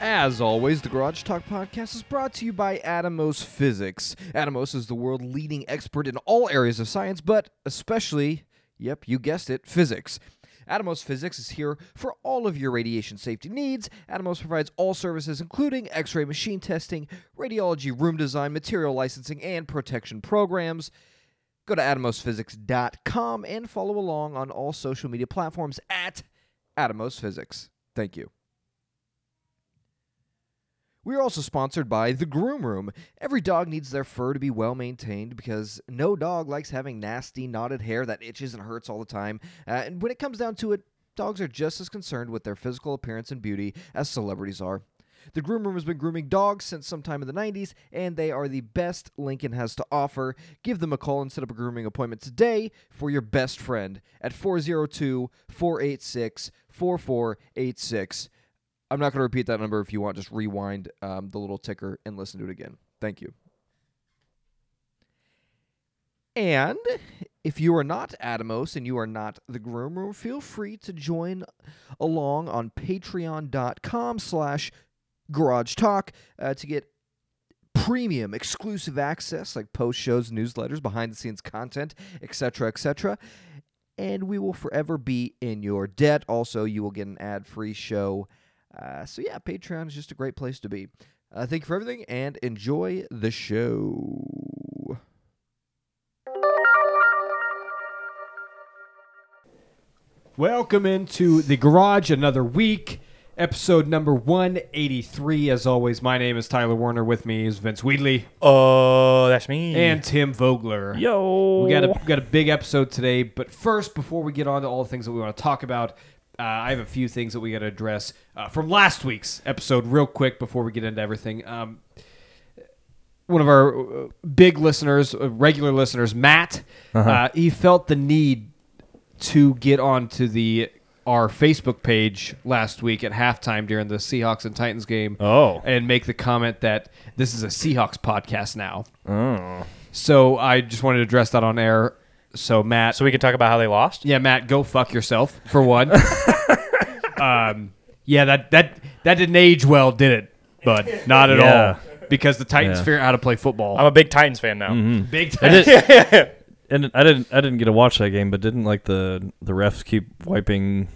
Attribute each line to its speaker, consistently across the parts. Speaker 1: As always, the Garage Talk podcast is brought to you by Atomos Physics. Atomos is the world leading expert in all areas of science, but especially, yep, you guessed it, physics. Atomos Physics is here for all of your radiation safety needs. Atomos provides all services, including x ray machine testing, radiology room design, material licensing, and protection programs. Go to atomosphysics.com and follow along on all social media platforms at Atomos Physics. Thank you. We are also sponsored by The Groom Room. Every dog needs their fur to be well maintained because no dog likes having nasty, knotted hair that itches and hurts all the time. Uh, and when it comes down to it, dogs are just as concerned with their physical appearance and beauty as celebrities are. The Groom Room has been grooming dogs since sometime in the 90s, and they are the best Lincoln has to offer. Give them a call and set up a grooming appointment today for your best friend at 402 486 4486. I'm not going to repeat that number. If you want, just rewind um, the little ticker and listen to it again. Thank you. And if you are not Atomos and you are not the Groom Room, feel free to join along on patreon.com slash garage talk uh, to get premium exclusive access like post shows, newsletters, behind the scenes content, etc., etc. And we will forever be in your debt. Also, you will get an ad free show. Uh, so yeah, Patreon is just a great place to be. Uh, thank you for everything and enjoy the show.
Speaker 2: Welcome into the garage another week, episode number 183. As always, my name is Tyler Warner. With me is Vince Wheatley
Speaker 3: Oh, that's me.
Speaker 2: and Tim Vogler.
Speaker 3: yo,
Speaker 2: We got a, got a big episode today, but first, before we get on to all the things that we want to talk about, uh, I have a few things that we got to address uh, from last week's episode, real quick, before we get into everything. Um, one of our uh, big listeners, uh, regular listeners, Matt, uh he felt the need to get onto the our Facebook page last week at halftime during the Seahawks and Titans game.
Speaker 3: Oh.
Speaker 2: and make the comment that this is a Seahawks podcast now. So I just wanted to address that on air. So Matt,
Speaker 3: So we can talk about how they lost.
Speaker 2: yeah, Matt, go fuck yourself for one. um, yeah, that that that didn't age well, did it? Bud? not at
Speaker 3: Yeah.
Speaker 2: all. Because the Titans
Speaker 4: Yeah.
Speaker 2: figure out how to play football.
Speaker 3: I'm a big Titans fan now.
Speaker 2: big
Speaker 4: I
Speaker 2: time.
Speaker 4: did, and I didn't. I didn't get to watch that game, but didn't like the the refs keep wiping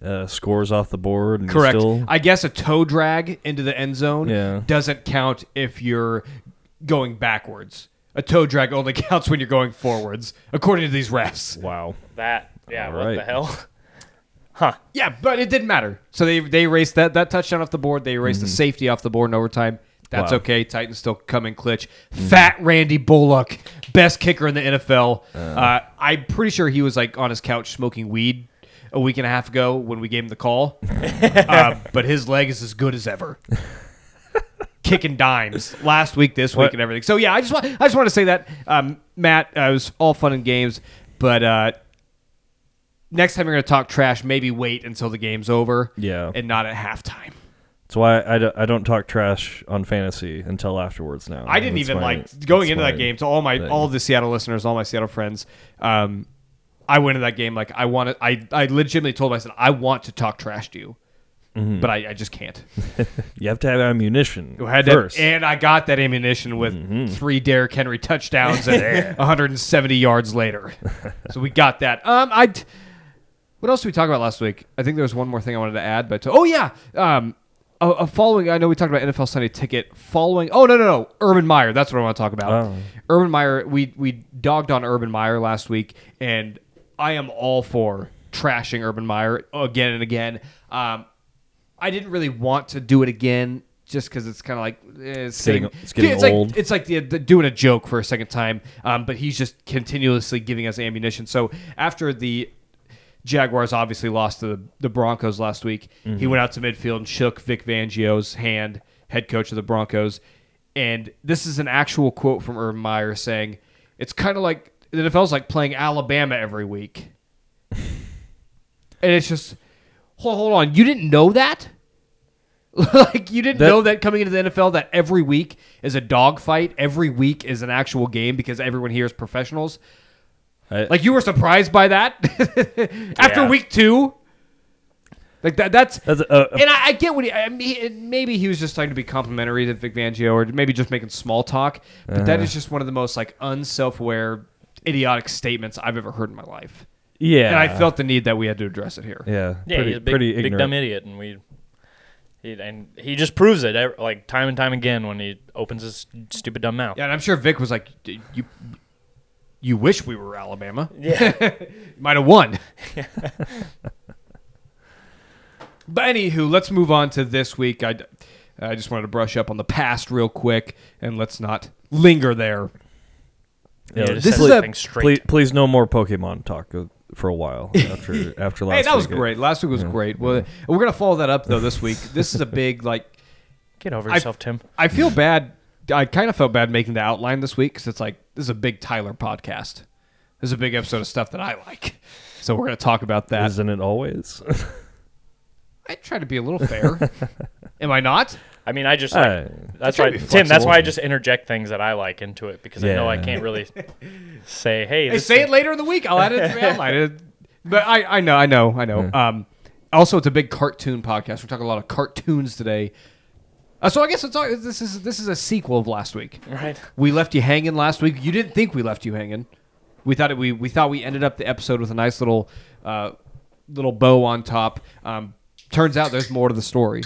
Speaker 4: uh, scores off the board. And
Speaker 2: Correct.
Speaker 4: Still,
Speaker 2: I guess a toe drag into the end zone
Speaker 4: Yeah.
Speaker 2: doesn't count if you're going backwards. A toe drag only counts when you're going forwards, according to these refs.
Speaker 4: wow.
Speaker 3: That. Yeah.
Speaker 4: All
Speaker 3: what the
Speaker 4: right.
Speaker 3: hell?
Speaker 2: Yeah, but it didn't matter. So they they erased that that touchdown off the board. They erased the safety off the board in overtime. That's
Speaker 4: Wow.
Speaker 2: okay. Titans still come and clutch. Fat Randy Bullock, best kicker in the NFL. Uh, I'm pretty sure he was like on his couch smoking weed a week and a half ago when we gave him the call. uh, but his leg is as good as ever. Kicking dimes last week, this week,
Speaker 4: What-
Speaker 2: and everything. So yeah, I just want I just want to say that um, Matt, uh, it was all fun and games, but uh, next time you're going to talk trash, maybe wait until the game's over.
Speaker 4: Yeah.
Speaker 2: And not at halftime.
Speaker 4: That's why I, do, I don't talk trash on fantasy until afterwards. Now
Speaker 2: I didn't
Speaker 4: That's
Speaker 2: even
Speaker 4: my-
Speaker 2: like going
Speaker 4: that's
Speaker 2: into
Speaker 4: my
Speaker 2: that game to all my
Speaker 4: thing.
Speaker 2: all the Seattle listeners, all my Seattle friends. Um, I went into that game like I wanted. I I legitimately told myself I want to talk trash to you,
Speaker 4: Mm-hmm.
Speaker 2: but I, I just can't.
Speaker 4: you have to have ammunition
Speaker 2: I had that,
Speaker 4: first.
Speaker 2: and I got that ammunition with three Derrick Henry touchdowns and 170 yards later. so we got that. Um, I. What else did we talk about last week? I think there was one more thing I wanted to add, but oh yeah, um, a, a following. I know we talked about NFL Sunday Ticket following. Oh no no no, Urban Meyer. That's what I want to talk about.
Speaker 4: Oh.
Speaker 2: Urban Meyer. We we dogged on Urban Meyer last week, and I am all for trashing Urban Meyer again and again. Um, I didn't really want to do it again just because it's kind of like eh, it's
Speaker 4: getting-
Speaker 2: same-
Speaker 4: it's getting
Speaker 2: like-
Speaker 4: old.
Speaker 2: it's like the, the, doing a joke for a second time, um, but he's just continuously giving us ammunition. So after the Jaguars obviously lost to the, the Broncos last week, he went out to midfield and shook Vic Fangio's hand, head coach of the Broncos. And this is an actual quote from Urban Meyer saying, "It's kind of like the NFL's like playing Alabama every week." and it's just, hold, hold on, you didn't know that? like you didn't
Speaker 4: That-
Speaker 2: know that coming into the NFL that every week is a dogfight, every week is an actual game because everyone here is professionals.
Speaker 4: I-
Speaker 2: like you were surprised by that after
Speaker 3: Yeah.
Speaker 2: week two. Like that. That's
Speaker 4: That's uh, a, a-
Speaker 2: and I, I get what he. I mean, he- maybe he was just trying to be complimentary to Vic Fangio, or maybe just making small talk. But that
Speaker 4: Uh.
Speaker 2: is just one of the most like unself-aware, idiotic statements I've ever heard in my life.
Speaker 4: yeah.
Speaker 2: And I felt the need that we had to address it here.
Speaker 4: yeah,
Speaker 3: Yeah,
Speaker 4: pretty,
Speaker 3: he's a big,
Speaker 4: pretty
Speaker 3: big
Speaker 4: ignorant.
Speaker 3: dumb idiot, and we, he, and he just proves it ev- like time and time again when he opens his stupid dumb mouth.
Speaker 2: Yeah, and I'm sure Vic was like, "D- "You, you wish we were Alabama.
Speaker 3: Yeah.
Speaker 2: You might have won." but anywho, let's move on to this week. I, I just wanted to brush up on the past real quick, and let's not linger there.
Speaker 4: Yeah,
Speaker 3: just
Speaker 2: this
Speaker 3: says
Speaker 2: is a-
Speaker 3: everything
Speaker 4: please,
Speaker 3: straight.
Speaker 4: please, no more Pokemon talk uh, for a while after after last.
Speaker 2: hey, that was
Speaker 4: week.
Speaker 2: great. Last week was great. Well, we're gonna follow that up though this week. This is a big like.
Speaker 3: Get over
Speaker 2: I-
Speaker 3: yourself, Tim.
Speaker 2: I feel bad. I kind of felt bad making the outline this week because it's like this is a big Tyler podcast. This is a big episode of stuff that I like. So we're gonna talk about that.
Speaker 4: Isn't it always?
Speaker 2: I try to be a little fair. Am I not?
Speaker 3: I mean, I just like,
Speaker 4: I-
Speaker 3: that's
Speaker 2: Try
Speaker 3: why
Speaker 2: to be
Speaker 3: Tim. That's
Speaker 4: flexible.
Speaker 3: why I just interject things that I like into it because I know I
Speaker 4: Yeah.
Speaker 3: can't really say, "Hey,
Speaker 2: Hey,
Speaker 3: this
Speaker 2: say it later in the week. I'll add it to the outline. It- But I, I know, I know, I know. Um, also, it's a big cartoon podcast. We're talking a lot of cartoons today. Uh, so I guess it's all, this is this is a sequel of last week.
Speaker 3: Right.
Speaker 2: We left you hanging last week. You didn't think we left you hanging. We thought it, we we thought we ended up the episode with a nice little uh, little bow on top. Um, turns out there's more to the story.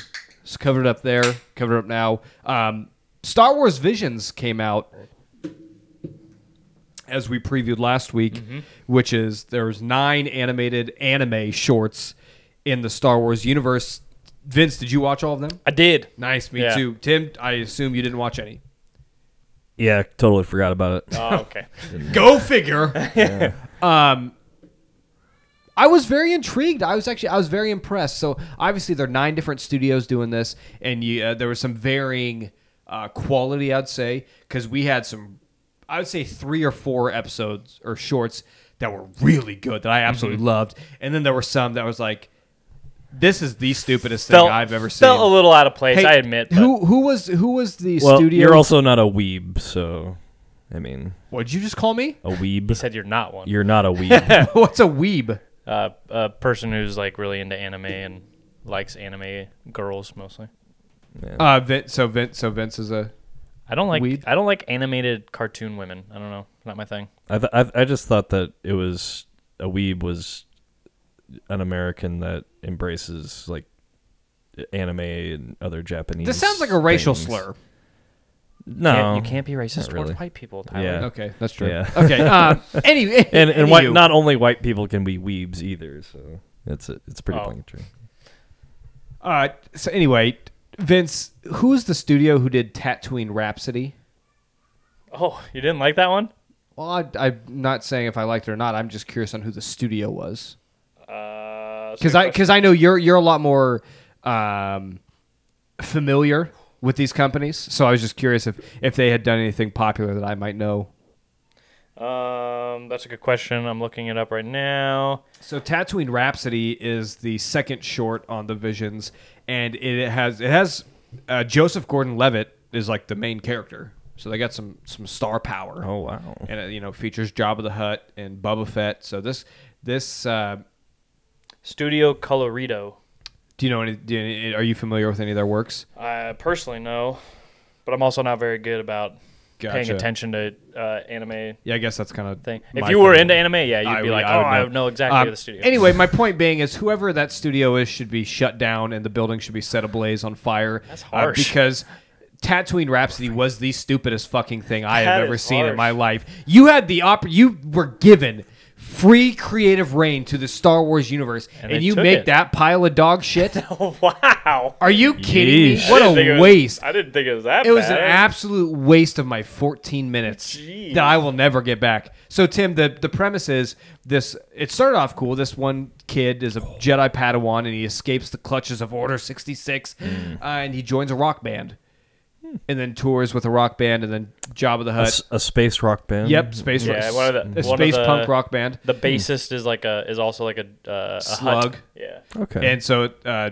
Speaker 2: Just covered it up there. Covered it up now. Um, Star Wars Visions came out as we previewed last week, which is there's nine animated anime shorts in the Star Wars universe. Vince, did you watch all of them?
Speaker 3: I did."
Speaker 2: Nice, me
Speaker 3: Yeah.
Speaker 2: too. Tim, I assume you didn't watch any.
Speaker 4: yeah, totally forgot about it.
Speaker 3: Oh, okay.
Speaker 2: Go figure. Um, I was very intrigued. I was actually I was very impressed. So obviously there are nine different studios doing this, and you, uh, there was some varying uh, quality, I'd say, because we had some, I would say three or four episodes or shorts that were really good that I absolutely
Speaker 3: Mm-hmm.
Speaker 2: loved, and then there were some that was like, this is the stupidest
Speaker 3: felt,
Speaker 2: thing I've ever seen.
Speaker 3: Felt a little out of place.
Speaker 2: Hey,
Speaker 3: I admit. but-
Speaker 2: Who who was who was the
Speaker 4: well,
Speaker 2: studio?
Speaker 4: you're also not a weeb, so I mean,
Speaker 2: What'd you just call me?
Speaker 4: a
Speaker 3: He
Speaker 4: weeb.
Speaker 3: said you're not one.
Speaker 4: You're not a weeb.
Speaker 2: What's a weeb?
Speaker 3: uh, a person who's like really into anime and likes anime girls mostly.
Speaker 2: Uh, Vince. So Vince. So Vince is a.
Speaker 3: I don't like
Speaker 2: Weeb?
Speaker 3: I don't like animated cartoon women. I don't know, not my thing.
Speaker 4: I, th- I th- I just thought that it was a weeb was an American that embraces like anime and other Japanese.
Speaker 2: This sounds like a racial
Speaker 4: things.
Speaker 2: slur.
Speaker 4: No,
Speaker 2: Oh.
Speaker 3: Can't- you can't be racist
Speaker 4: not really.
Speaker 3: towards white people, Tyler.
Speaker 4: Yeah.
Speaker 2: Okay, that's true.
Speaker 4: Yeah.
Speaker 2: Okay. Um, anyway,
Speaker 4: And and
Speaker 2: anywho.
Speaker 4: white, not only white people can be weebs either. So it's a, it's pretty
Speaker 3: Oh.
Speaker 4: plain true.
Speaker 2: Uh, so anyway, Vince, who's the studio who did Tatooine Rhapsody?
Speaker 3: Oh, you didn't like that one?
Speaker 2: Well, I, I'm not saying if I liked it or not. I'm just curious on who the studio was because
Speaker 3: Because
Speaker 2: I because I know you're you're a lot more um, familiar with these companies. So I was just curious if if they had done anything popular that I might know.
Speaker 3: um, that's a good question. I'm looking it up right now.
Speaker 2: So Tatooine Rhapsody is the second short on the Visions, and it has it has uh, Joseph Gordon-Levitt is like the main character. So they got some some star power.
Speaker 4: Oh wow.
Speaker 2: And it, you know features Jabba the Hutt and Boba Fett. So this this uh,
Speaker 3: Studio Colorido.
Speaker 2: do you know any, do you, any- are you familiar with any of their works?
Speaker 3: I personally know, but I'm also not very good about paying
Speaker 2: Gotcha.
Speaker 3: attention to uh, anime
Speaker 2: Yeah, I guess that's kind of
Speaker 3: thing.
Speaker 2: my
Speaker 3: if you were
Speaker 2: thing.
Speaker 3: into anime, yeah, you'd
Speaker 2: I
Speaker 3: be
Speaker 2: would-
Speaker 3: like,
Speaker 2: I
Speaker 3: oh,
Speaker 2: would
Speaker 3: I
Speaker 2: know."
Speaker 3: would know exactly
Speaker 2: Um,
Speaker 3: the studio.
Speaker 2: Anyway, my point being is whoever that studio is should be shut down and the building should be set ablaze on fire.
Speaker 3: That's
Speaker 2: uh,
Speaker 3: harsh.
Speaker 2: because Tatooine Rhapsody was the stupidest fucking thing I have
Speaker 3: That
Speaker 2: ever
Speaker 3: is
Speaker 2: seen in
Speaker 3: harsh.
Speaker 2: my life. You had the op you were given free creative reign to the Star Wars universe and,
Speaker 3: And they
Speaker 2: you
Speaker 3: took
Speaker 2: make
Speaker 3: it.
Speaker 2: that pile of dog shit?
Speaker 3: wow.
Speaker 2: Are you kidding
Speaker 4: Yeesh.
Speaker 2: me? What
Speaker 3: I didn't think it
Speaker 2: a
Speaker 3: was-
Speaker 2: waste.
Speaker 3: I didn't think it was that
Speaker 2: It was an
Speaker 3: bad.
Speaker 2: absolute waste of my 14 minutes
Speaker 3: Jeez.
Speaker 2: that I will never get back. So Tim, the the premise is this: it started off cool. This one kid is a Jedi Padawan, and he escapes the clutches of Order 66,
Speaker 3: Hmm.
Speaker 2: uh, and he joins a rock band, and then tours with a rock band, and then Jabba the
Speaker 4: A,
Speaker 2: Hutt.
Speaker 4: s- a space rock band.
Speaker 2: Yep, space
Speaker 3: Yeah,
Speaker 2: rock-
Speaker 3: one of the-
Speaker 2: a
Speaker 3: one of
Speaker 2: space
Speaker 3: the-
Speaker 2: punk rock band.
Speaker 3: The bassist is like a is also like a, uh, a
Speaker 2: Slug.
Speaker 3: Hut. Yeah,
Speaker 4: Okay.
Speaker 2: And so uh,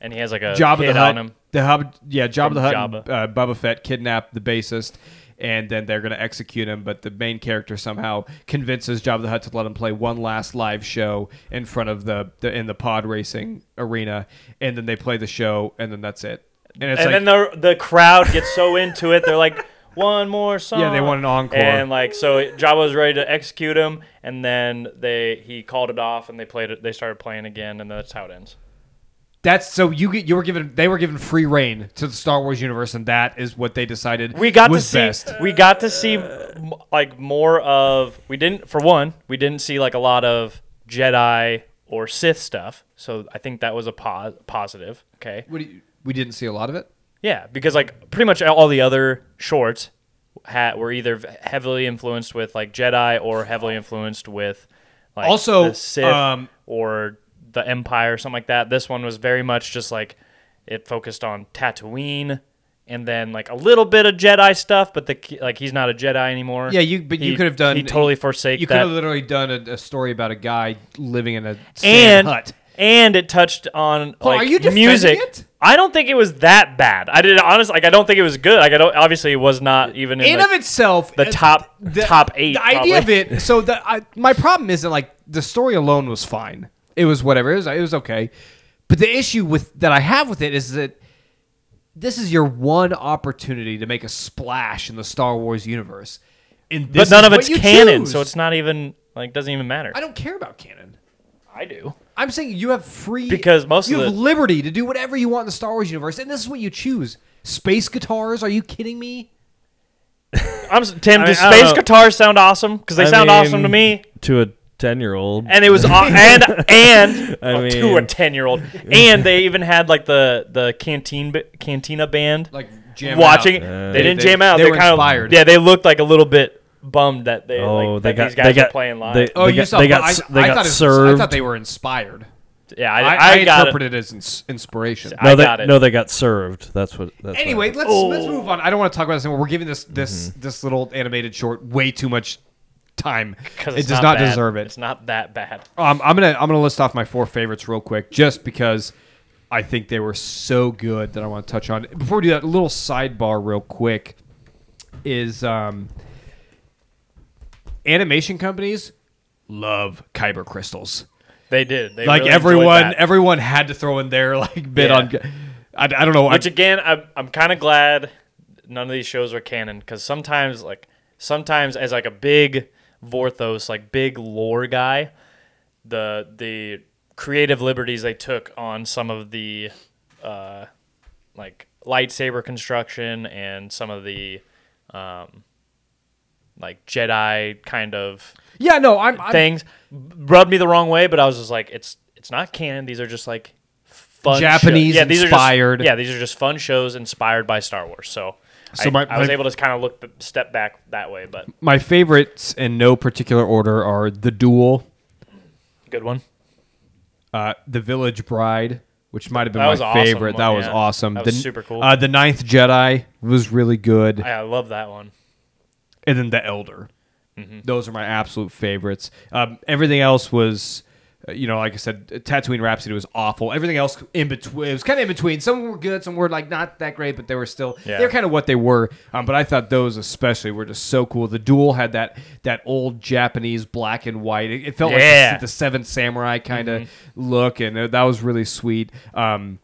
Speaker 3: and he has like a
Speaker 2: Job
Speaker 3: hit
Speaker 2: the Hutt.
Speaker 3: on him.
Speaker 2: The hub, yeah, Job
Speaker 3: From
Speaker 2: the Hutt,
Speaker 3: Jabba.
Speaker 2: And, uh, Boba Fett kidnapped the bassist, and then they're going to execute him. But the main character somehow convinces Jabba the Hutt to let him play one last live show in front of the, the in the pod racing arena, and then they play the show, and then that's it. And it's like,
Speaker 3: and then the the crowd gets so into it, they're like, "One more song."
Speaker 2: Yeah, they want an encore.
Speaker 3: And like, so Jabba was ready to execute him, and then they he called it off, and they played it. They started playing again, and that's how it ends.
Speaker 2: That's so you get you were given they were given free reign to the Star Wars universe, and that is what they decided
Speaker 3: We got
Speaker 2: was
Speaker 3: to see.
Speaker 2: best.
Speaker 3: We got to see m- like more of. We didn't for one. We didn't see like a lot of Jedi or Sith stuff. So I think that was a pos- positive. Okay.
Speaker 2: What do you- we didn't see a lot of it.
Speaker 3: Yeah, because like pretty much all the other shorts ha were either v- heavily influenced with like Jedi or heavily influenced with like
Speaker 2: Also,
Speaker 3: the Sith
Speaker 2: um,
Speaker 3: or the Empire, something like that. This one was very much just like it focused on Tatooine and then like a little bit of Jedi stuff, but the ki- like he's not a Jedi anymore.
Speaker 2: Yeah, you but you
Speaker 3: He-
Speaker 2: could have done
Speaker 3: He totally forsake
Speaker 2: You could
Speaker 3: that
Speaker 2: have literally done a, a story about a guy living in a sand
Speaker 3: and
Speaker 2: hut.
Speaker 3: and it touched on
Speaker 2: Paul,
Speaker 3: like
Speaker 2: are you defending
Speaker 3: music.
Speaker 2: it?
Speaker 3: I don't think it was that bad. I did honestly like I don't think it was good. Like I don't obviously it was not even in
Speaker 2: in
Speaker 3: the,
Speaker 2: of itself
Speaker 3: the
Speaker 2: uh,
Speaker 3: top- top eight,
Speaker 2: the idea of
Speaker 3: probably.
Speaker 2: it so the I, my problem isn't like the story alone was fine it was whatever it was, it was okay but the issue with that i have with it is that this is your one opportunity to make a splash in the star wars universe and this
Speaker 3: but none
Speaker 2: is
Speaker 3: of
Speaker 2: what
Speaker 3: it's
Speaker 2: you
Speaker 3: canon,
Speaker 2: choose.
Speaker 3: so it's not even like doesn't even matter.
Speaker 2: i don't care about canon
Speaker 3: I do.
Speaker 2: i'm saying you have free
Speaker 3: Because most
Speaker 2: you
Speaker 3: of
Speaker 2: have
Speaker 3: the-
Speaker 2: liberty to do whatever you want in the star wars universe and this is what you choose space guitars are you kidding me
Speaker 3: I'm s- Tim.
Speaker 4: I
Speaker 3: do
Speaker 4: mean, I don't
Speaker 3: space
Speaker 4: know.
Speaker 3: guitars sound awesome? Because they
Speaker 4: I
Speaker 3: sound
Speaker 4: mean,
Speaker 3: awesome to me.
Speaker 4: To a ten year old.
Speaker 3: And it was aw- and and
Speaker 4: I
Speaker 3: well, to
Speaker 4: mean-
Speaker 3: a ten year old, and they even had like the the canteen b- cantina band
Speaker 2: like jamming
Speaker 3: watching.
Speaker 2: out.
Speaker 3: they didn't
Speaker 2: They-
Speaker 3: jam out.
Speaker 2: they
Speaker 3: They,
Speaker 2: were
Speaker 3: kind
Speaker 2: inspired.
Speaker 3: of yeah. They looked like a little bit bummed that they
Speaker 4: oh,
Speaker 3: like,
Speaker 4: they
Speaker 3: that
Speaker 4: got
Speaker 3: these guys
Speaker 4: they
Speaker 3: were
Speaker 4: got
Speaker 3: playing live.
Speaker 4: They,
Speaker 2: Oh,
Speaker 4: they
Speaker 2: you
Speaker 4: got,
Speaker 2: saw.
Speaker 4: they got
Speaker 2: I,
Speaker 4: s- they
Speaker 2: I
Speaker 4: got
Speaker 2: thought it was-
Speaker 4: served.
Speaker 2: I thought they were inspired.
Speaker 3: yeah,
Speaker 2: I,
Speaker 3: I,
Speaker 2: I,
Speaker 3: I, got it.
Speaker 2: interpreted it as ins- inspiration.
Speaker 3: I
Speaker 4: no, they,
Speaker 3: got it.
Speaker 4: no, they got served. That's what. That's what
Speaker 2: anyway,
Speaker 4: happened.
Speaker 2: let's let's move on. I don't want to talk about this anymore. We're giving this this
Speaker 3: Mm-hmm.
Speaker 2: this little animated short way too much time.
Speaker 3: 'Cause
Speaker 2: It
Speaker 3: it's
Speaker 2: does not
Speaker 3: bad.
Speaker 2: deserve it.
Speaker 3: It's not that bad.
Speaker 2: Um, I'm gonna I'm gonna list off my four favorites real quick, just because I think they were so good that I want to touch on. Before we do that, a little sidebar real quick is um, animation companies love kyber crystals.
Speaker 3: They did. They
Speaker 2: like
Speaker 3: really enjoyed
Speaker 2: everyone
Speaker 3: that.
Speaker 2: everyone had to throw in their like bid
Speaker 3: Yeah.
Speaker 2: on I, I don't know
Speaker 3: Which
Speaker 2: I,
Speaker 3: again, I'm, I'm kind of glad none of these shows are canon because sometimes, like, sometimes as like a big Vorthos, like big lore guy, the the creative liberties they took on some of the uh, like lightsaber construction and some of the um, like Jedi kind of
Speaker 2: yeah no i'm, I'm
Speaker 3: things rubbed me the wrong way, but I was just like, it's it's not canon. These are just like fun
Speaker 2: Japanese
Speaker 3: shows. Yeah, these Are
Speaker 2: inspired.
Speaker 3: just, yeah, these are just fun shows inspired by Star Wars. So,
Speaker 2: So
Speaker 3: I,
Speaker 2: my-
Speaker 3: I was
Speaker 2: my-
Speaker 3: able to kind of look step back that way, but
Speaker 2: my favorites in no particular order are the duel
Speaker 3: good one.
Speaker 2: uh, the village bride which might have been
Speaker 3: That was
Speaker 2: my
Speaker 3: awesome
Speaker 2: favorite that
Speaker 3: one,
Speaker 2: was
Speaker 3: yeah.
Speaker 2: awesome
Speaker 3: That was
Speaker 2: The-
Speaker 3: super cool.
Speaker 2: uh, the ninth jedi was really good
Speaker 3: I, I love that one.
Speaker 2: and then the elder
Speaker 3: Mm-hmm.
Speaker 2: those are my absolute favorites um, everything else was uh, you know, like I said, Tatooine Rhapsody was awful. Everything else in between, it was kind of in between. Some were good, some were like not that great, but they were still
Speaker 3: Yeah.
Speaker 2: they're kind of what they were. Um, but I thought those especially were just so cool. The duel had that that old Japanese black and white. It, it felt
Speaker 3: Yeah. Mm-hmm.
Speaker 2: like the, the Seven Samurai kind of look, and uh, that was really sweet. Um,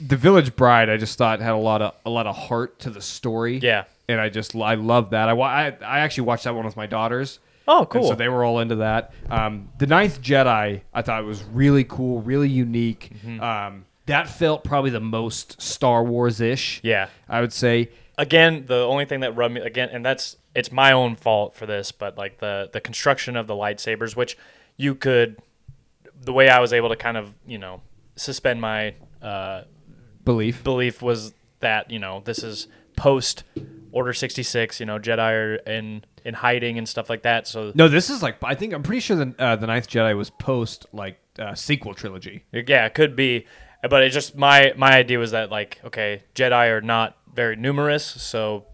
Speaker 2: the Village Bride, I just thought had a lot of a lot of heart to the story.
Speaker 3: Yeah.
Speaker 2: and I just I love that. I wa- I, I actually watched that one with my daughters.
Speaker 3: Oh,
Speaker 2: And
Speaker 3: cool.
Speaker 2: so they were all into that. Um, the Ninth Jedi, I thought was really cool, really unique.
Speaker 3: Mm-hmm.
Speaker 2: Um, that felt probably the most Star Wars ish.
Speaker 3: Yeah.
Speaker 2: I would say.
Speaker 3: Again, the only thing that rubbed me again, and that's it's my own fault for this, but like the the construction of the lightsabers, which you could, the way I was able to kind of you know suspend my uh,
Speaker 2: Belief.
Speaker 3: belief was that you know this is post Order sixty six. You know, Jedi are in in hiding and stuff like that. So
Speaker 2: No, this is like I think I'm pretty sure the uh, the Ninth Jedi was post like uh, sequel trilogy.
Speaker 3: yeah, it could be. But it just my my idea was that like okay, Jedi are not very numerous, so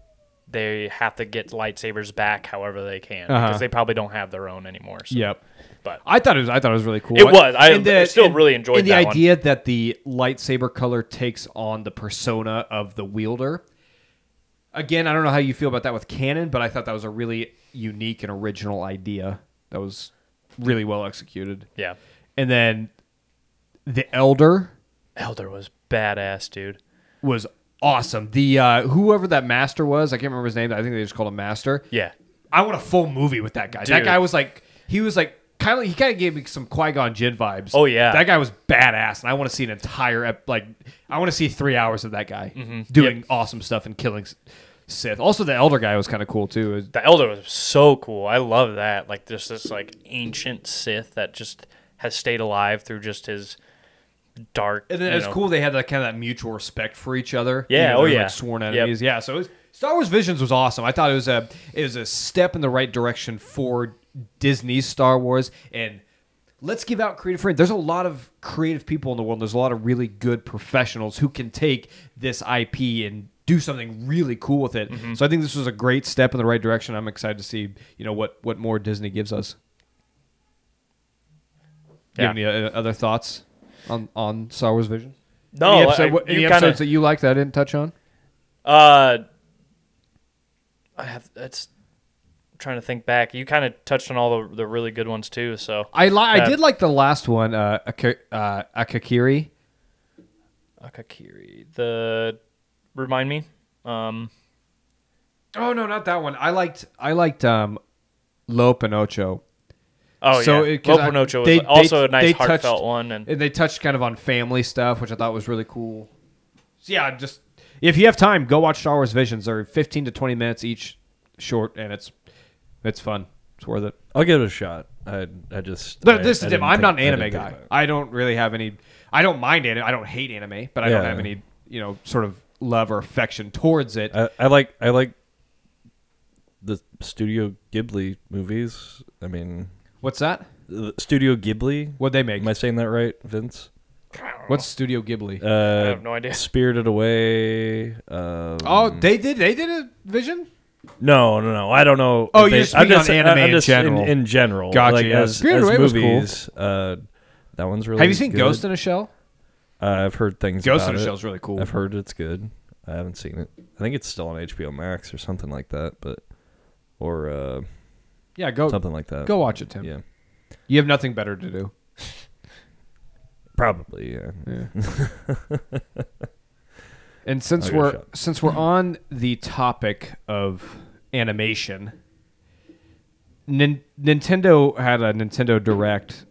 Speaker 3: they have to get lightsabers back however they can
Speaker 2: Uh-huh.
Speaker 3: because they probably don't have their own anymore. So.
Speaker 2: Yep.
Speaker 3: But
Speaker 2: I thought it was. I thought it was really cool.
Speaker 3: It was. I
Speaker 2: and
Speaker 3: still
Speaker 2: and-
Speaker 3: really enjoyed
Speaker 2: and
Speaker 3: that
Speaker 2: the
Speaker 3: one.
Speaker 2: idea that the lightsaber color takes on the persona of the wielder. Again, I don't know how you feel about that with canon, but I thought that was a really unique and original idea that was really well executed.
Speaker 3: Yeah.
Speaker 2: And then the Elder
Speaker 3: Elder was badass, dude.
Speaker 2: was awesome. The uh, whoever that master was, I can't remember his name. I think they just called him Master.
Speaker 3: Yeah.
Speaker 2: I want a full movie with that guy. That
Speaker 3: Dude.
Speaker 2: guy was like, he was like, kind of, he kind of gave me some Qui Gon Jinn vibes.
Speaker 3: Oh, yeah.
Speaker 2: that guy was badass, and I want to see an entire ep- like, I want to see three hours of that guy doing awesome stuff and killing S- Sith. Also, the Elder guy was kind of cool too. It was-
Speaker 3: The Elder was so cool. I love that. Like there's this like ancient Sith that just has stayed alive through just his dark.
Speaker 2: And then
Speaker 3: you
Speaker 2: it was
Speaker 3: know-
Speaker 2: cool. They had that kind of that mutual respect for each other.
Speaker 3: Yeah,
Speaker 2: Even
Speaker 3: oh
Speaker 2: though they're,
Speaker 3: yeah.
Speaker 2: like sworn
Speaker 3: Yep.
Speaker 2: enemies. Yeah, so it was, Star Wars Visions was awesome. I thought it was a it was a step in the right direction for Disney's Star Wars, and let's give out creative freedom. There's a lot of creative people in the world. And there's a lot of really good professionals who can take this IP and do something really cool with it.
Speaker 3: Mm-hmm.
Speaker 2: So I think this was a great step in the right direction. I'm excited to see you know what what more Disney gives us.
Speaker 3: Yeah.
Speaker 2: Do you have any uh, other thoughts on on Star Wars Visions?
Speaker 3: No,
Speaker 2: any, episode,
Speaker 3: Oh, I-
Speaker 2: what-
Speaker 3: you
Speaker 2: any
Speaker 3: kinda-
Speaker 2: episodes that you liked that I didn't touch on?
Speaker 3: Uh, I have. That's I'm trying to think back. You kind of touched on all the, the really good ones too. So
Speaker 2: I li- I
Speaker 3: Uh,
Speaker 2: did like the last one, uh, Ak- uh, Akakiri.
Speaker 3: Akakiri, the remind me. Um,
Speaker 2: Oh no, not that one. I liked I liked um, Lope and Ocho.
Speaker 3: oh
Speaker 2: So
Speaker 3: yeah,
Speaker 2: it- 'cause I-
Speaker 3: Lopinocho was
Speaker 2: they-
Speaker 3: also
Speaker 2: they-
Speaker 3: a nice
Speaker 2: they
Speaker 3: heartfelt
Speaker 2: touched-
Speaker 3: one, and
Speaker 2: And they touched kind of on family stuff, which I thought was really cool. So yeah, just if you have time, go watch Star Wars Visions. They're fifteen to twenty minutes each, short, and it's it's fun. It's worth it.
Speaker 4: I'll give it a shot. I I just
Speaker 2: No,
Speaker 4: I-
Speaker 2: this
Speaker 4: I
Speaker 2: is
Speaker 4: didn't
Speaker 2: different. I'm
Speaker 4: think-
Speaker 2: not an
Speaker 4: I
Speaker 2: anime
Speaker 4: didn't think
Speaker 2: guy.
Speaker 4: about it.
Speaker 2: I don't really have any. I don't mind anime. I don't hate anime, but I don't
Speaker 4: Yeah.
Speaker 2: have any, you know, sort of love or affection towards it.
Speaker 4: I, I like I like the Studio Ghibli movies. I mean,
Speaker 2: What's that?
Speaker 4: the Studio Ghibli.
Speaker 2: What they make?
Speaker 4: Am I saying that right, Vince?
Speaker 2: What's Studio Ghibli?
Speaker 4: Uh,
Speaker 3: I have no idea.
Speaker 4: Spirited Away. Um,
Speaker 2: oh, they did. They did a vision.
Speaker 4: no, no, no. I don't know.
Speaker 2: Oh, you're
Speaker 4: if they-
Speaker 2: just speaking on
Speaker 4: saying-
Speaker 2: anime
Speaker 4: I'm
Speaker 2: in
Speaker 4: just
Speaker 2: general.
Speaker 4: In, general,
Speaker 2: Gotcha,
Speaker 4: Like,
Speaker 2: yeah.
Speaker 4: as,
Speaker 2: Spirited
Speaker 4: as
Speaker 2: Away was cool.
Speaker 4: movies, uh, that one's really.
Speaker 2: Have you seen
Speaker 4: good.
Speaker 2: Ghost in a Shell?
Speaker 4: Uh, I've heard things.
Speaker 2: Ghost
Speaker 4: about
Speaker 2: in a
Speaker 4: it.
Speaker 2: Shell is really cool.
Speaker 4: I've heard it's good. I haven't seen it. I think it's still on HBO Max or something like that, but or uh,
Speaker 2: Yeah, go
Speaker 4: something like that.
Speaker 2: Oh, go watch it, Tim.
Speaker 4: Yeah,
Speaker 2: You have nothing better to do.
Speaker 4: probably. Yeah.
Speaker 2: And since
Speaker 4: I'll give it a
Speaker 2: we're
Speaker 4: shot.
Speaker 2: since we're on the topic of animation, Nin- Nintendo had a Nintendo Direct,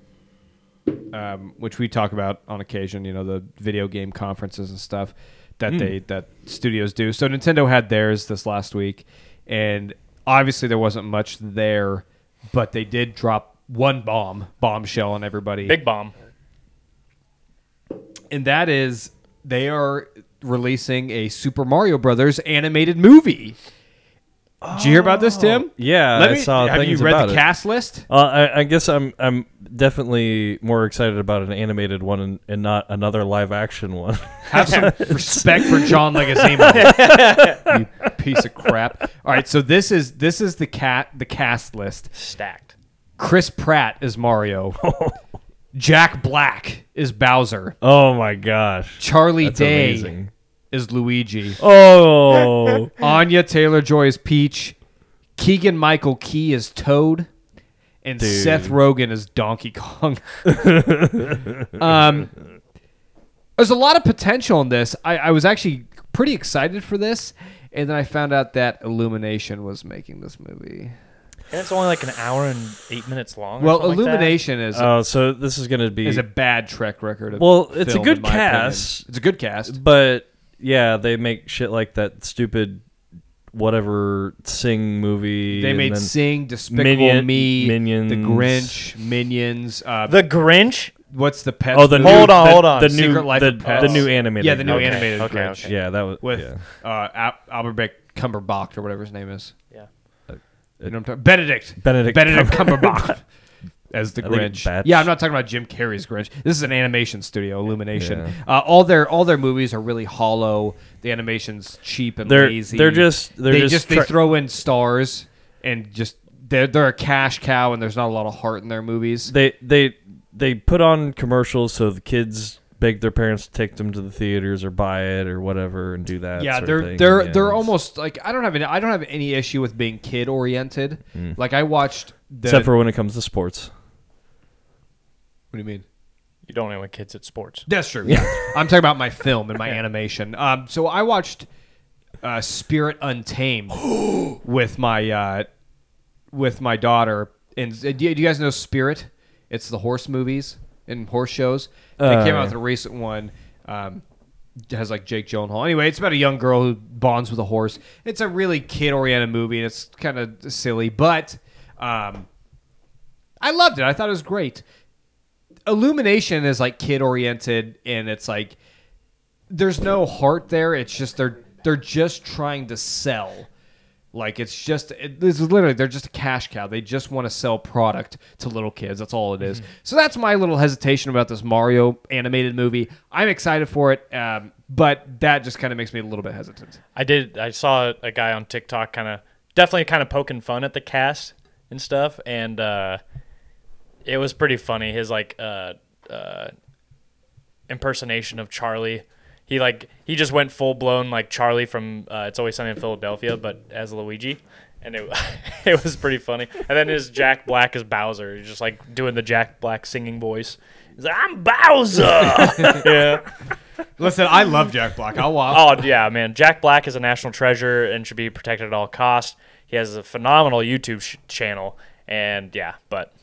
Speaker 2: um, which we talk about on occasion. You know the video game conferences and stuff that they that studios do. So Nintendo had theirs this last week, and obviously there wasn't much there, but they did drop one bomb bombshell on everybody
Speaker 3: Big Bomb.
Speaker 2: and that is they are releasing a Super Mario Brothers animated movie. Did you hear about this, Tim?
Speaker 4: Oh. Yeah,
Speaker 2: Let
Speaker 4: I
Speaker 2: me,
Speaker 4: saw
Speaker 2: have you
Speaker 4: things
Speaker 2: read
Speaker 4: about
Speaker 2: the
Speaker 4: it.
Speaker 2: cast list?
Speaker 4: Uh, I, I guess I'm I'm definitely more excited about an animated one and, and not another live action one.
Speaker 2: Have some respect for John Leguizamo, you piece of crap. All right, so this is this is the cat the cast list.
Speaker 3: Stacked.
Speaker 2: Chris Pratt is Mario. Jack Black is Bowser.
Speaker 4: oh my gosh,
Speaker 2: Charlie
Speaker 4: That's
Speaker 2: Day
Speaker 4: amazing.
Speaker 2: is Luigi.
Speaker 4: Oh,
Speaker 2: Anya Taylor Joy is Peach. Keegan Michael Key is Toad. And Seth Rogen is Donkey Kong. um, there's a lot of potential in this. I, I was actually pretty excited for this. And then I found out that Illumination was making this movie.
Speaker 3: And it's only like an hour and eight minutes long. or
Speaker 2: Well,
Speaker 3: something like that.
Speaker 2: Illumination is
Speaker 4: oh, so this is gonna be
Speaker 2: is a bad track record. Of
Speaker 4: Well, it's a
Speaker 2: film,
Speaker 4: good
Speaker 2: in my opinion.
Speaker 4: cast.
Speaker 2: It's a good cast.
Speaker 4: But yeah, they make shit like that stupid whatever sing movie.
Speaker 2: They
Speaker 4: and
Speaker 2: made
Speaker 4: then-
Speaker 2: Sing, Despicable
Speaker 4: Minion-
Speaker 2: Me,
Speaker 4: Minions.
Speaker 2: The Grinch, Minions. Uh,
Speaker 3: The Grinch.
Speaker 2: what's the pet?
Speaker 4: oh the new,
Speaker 3: Hold on,
Speaker 4: the,
Speaker 3: hold on.
Speaker 4: the new
Speaker 2: Secret Life
Speaker 4: the,
Speaker 2: of Pets.
Speaker 4: the new animated
Speaker 2: Yeah, the new
Speaker 4: one.
Speaker 3: Okay,
Speaker 2: animated
Speaker 3: okay,
Speaker 2: Grinch
Speaker 3: okay.
Speaker 4: yeah that was
Speaker 2: with
Speaker 4: yeah.
Speaker 2: uh, Al- Albert Cumberbatch or whatever his name is.
Speaker 3: Yeah.
Speaker 2: You know what I'm talking Benedict.
Speaker 4: Benedict
Speaker 2: Benedict Cumberbatch as the
Speaker 4: I think it's
Speaker 2: Grinch.
Speaker 4: Batch.
Speaker 2: Yeah, I'm not talking about Jim Carrey's Grinch. This is an animation studio, Illumination.
Speaker 4: Yeah.
Speaker 2: Uh, all their all their movies are really hollow. The animation's cheap and
Speaker 4: They're-
Speaker 2: lazy.
Speaker 4: they're just- they're
Speaker 2: they
Speaker 4: just
Speaker 2: they
Speaker 4: try-
Speaker 2: throw in stars and just they're they're a cash cow and there's not a lot of heart in their movies.
Speaker 4: they they they put on commercials so the kids beg their parents to take them to the theaters or buy it or whatever and do that.
Speaker 2: yeah,
Speaker 4: sort of
Speaker 2: they're
Speaker 4: thing.
Speaker 2: they're
Speaker 4: Yeah,
Speaker 2: they're
Speaker 4: it's-
Speaker 2: almost like I don't have any I don't have any issue with being kid oriented. Like I watched the
Speaker 4: Mm. except for when it comes to sports.
Speaker 2: what do you mean?
Speaker 3: You don't know when kids at sports.
Speaker 2: That's true. Yeah, I'm talking about my film and my animation. Um, so I watched uh, Spirit Untamed with my uh, with my daughter. And uh, do you, do you guys know Spirit? It's the horse movies and horse shows. They came out with a recent one. Um, it has like Jake Gyllenhaal. Anyway, it's about a young girl who bonds with a horse. It's a really kid oriented movie, and it's kind of silly, but um, I loved it. I thought it was great. Illumination is like kid oriented and it's like there's no heart there. It's just they're they're just trying to sell. Like it's just it, this is literally they're just a cash cow. They just want to sell product to little kids. That's all it is. So that's my little hesitation about this Mario animated movie. I'm excited for it, um, but that just kind of makes me a little bit hesitant.
Speaker 3: I did. I saw a guy on TikTok kind of definitely kind of poking fun at the cast and stuff, and uh, it was pretty funny. His like uh, uh, impersonation of Charlie. He like he just went full blown like Charlie from uh, It's Always Sunny in Philadelphia, but as Luigi. And it, it was pretty funny. And then his Jack Black as Bowser. He's just like doing the Jack Black singing voice. He's like, I'm Bowser. yeah.
Speaker 2: Listen, I love Jack Black. I'll watch.
Speaker 3: Oh yeah, man. Jack Black is a national treasure and should be protected at all costs. He has a phenomenal YouTube sh- channel, and yeah, but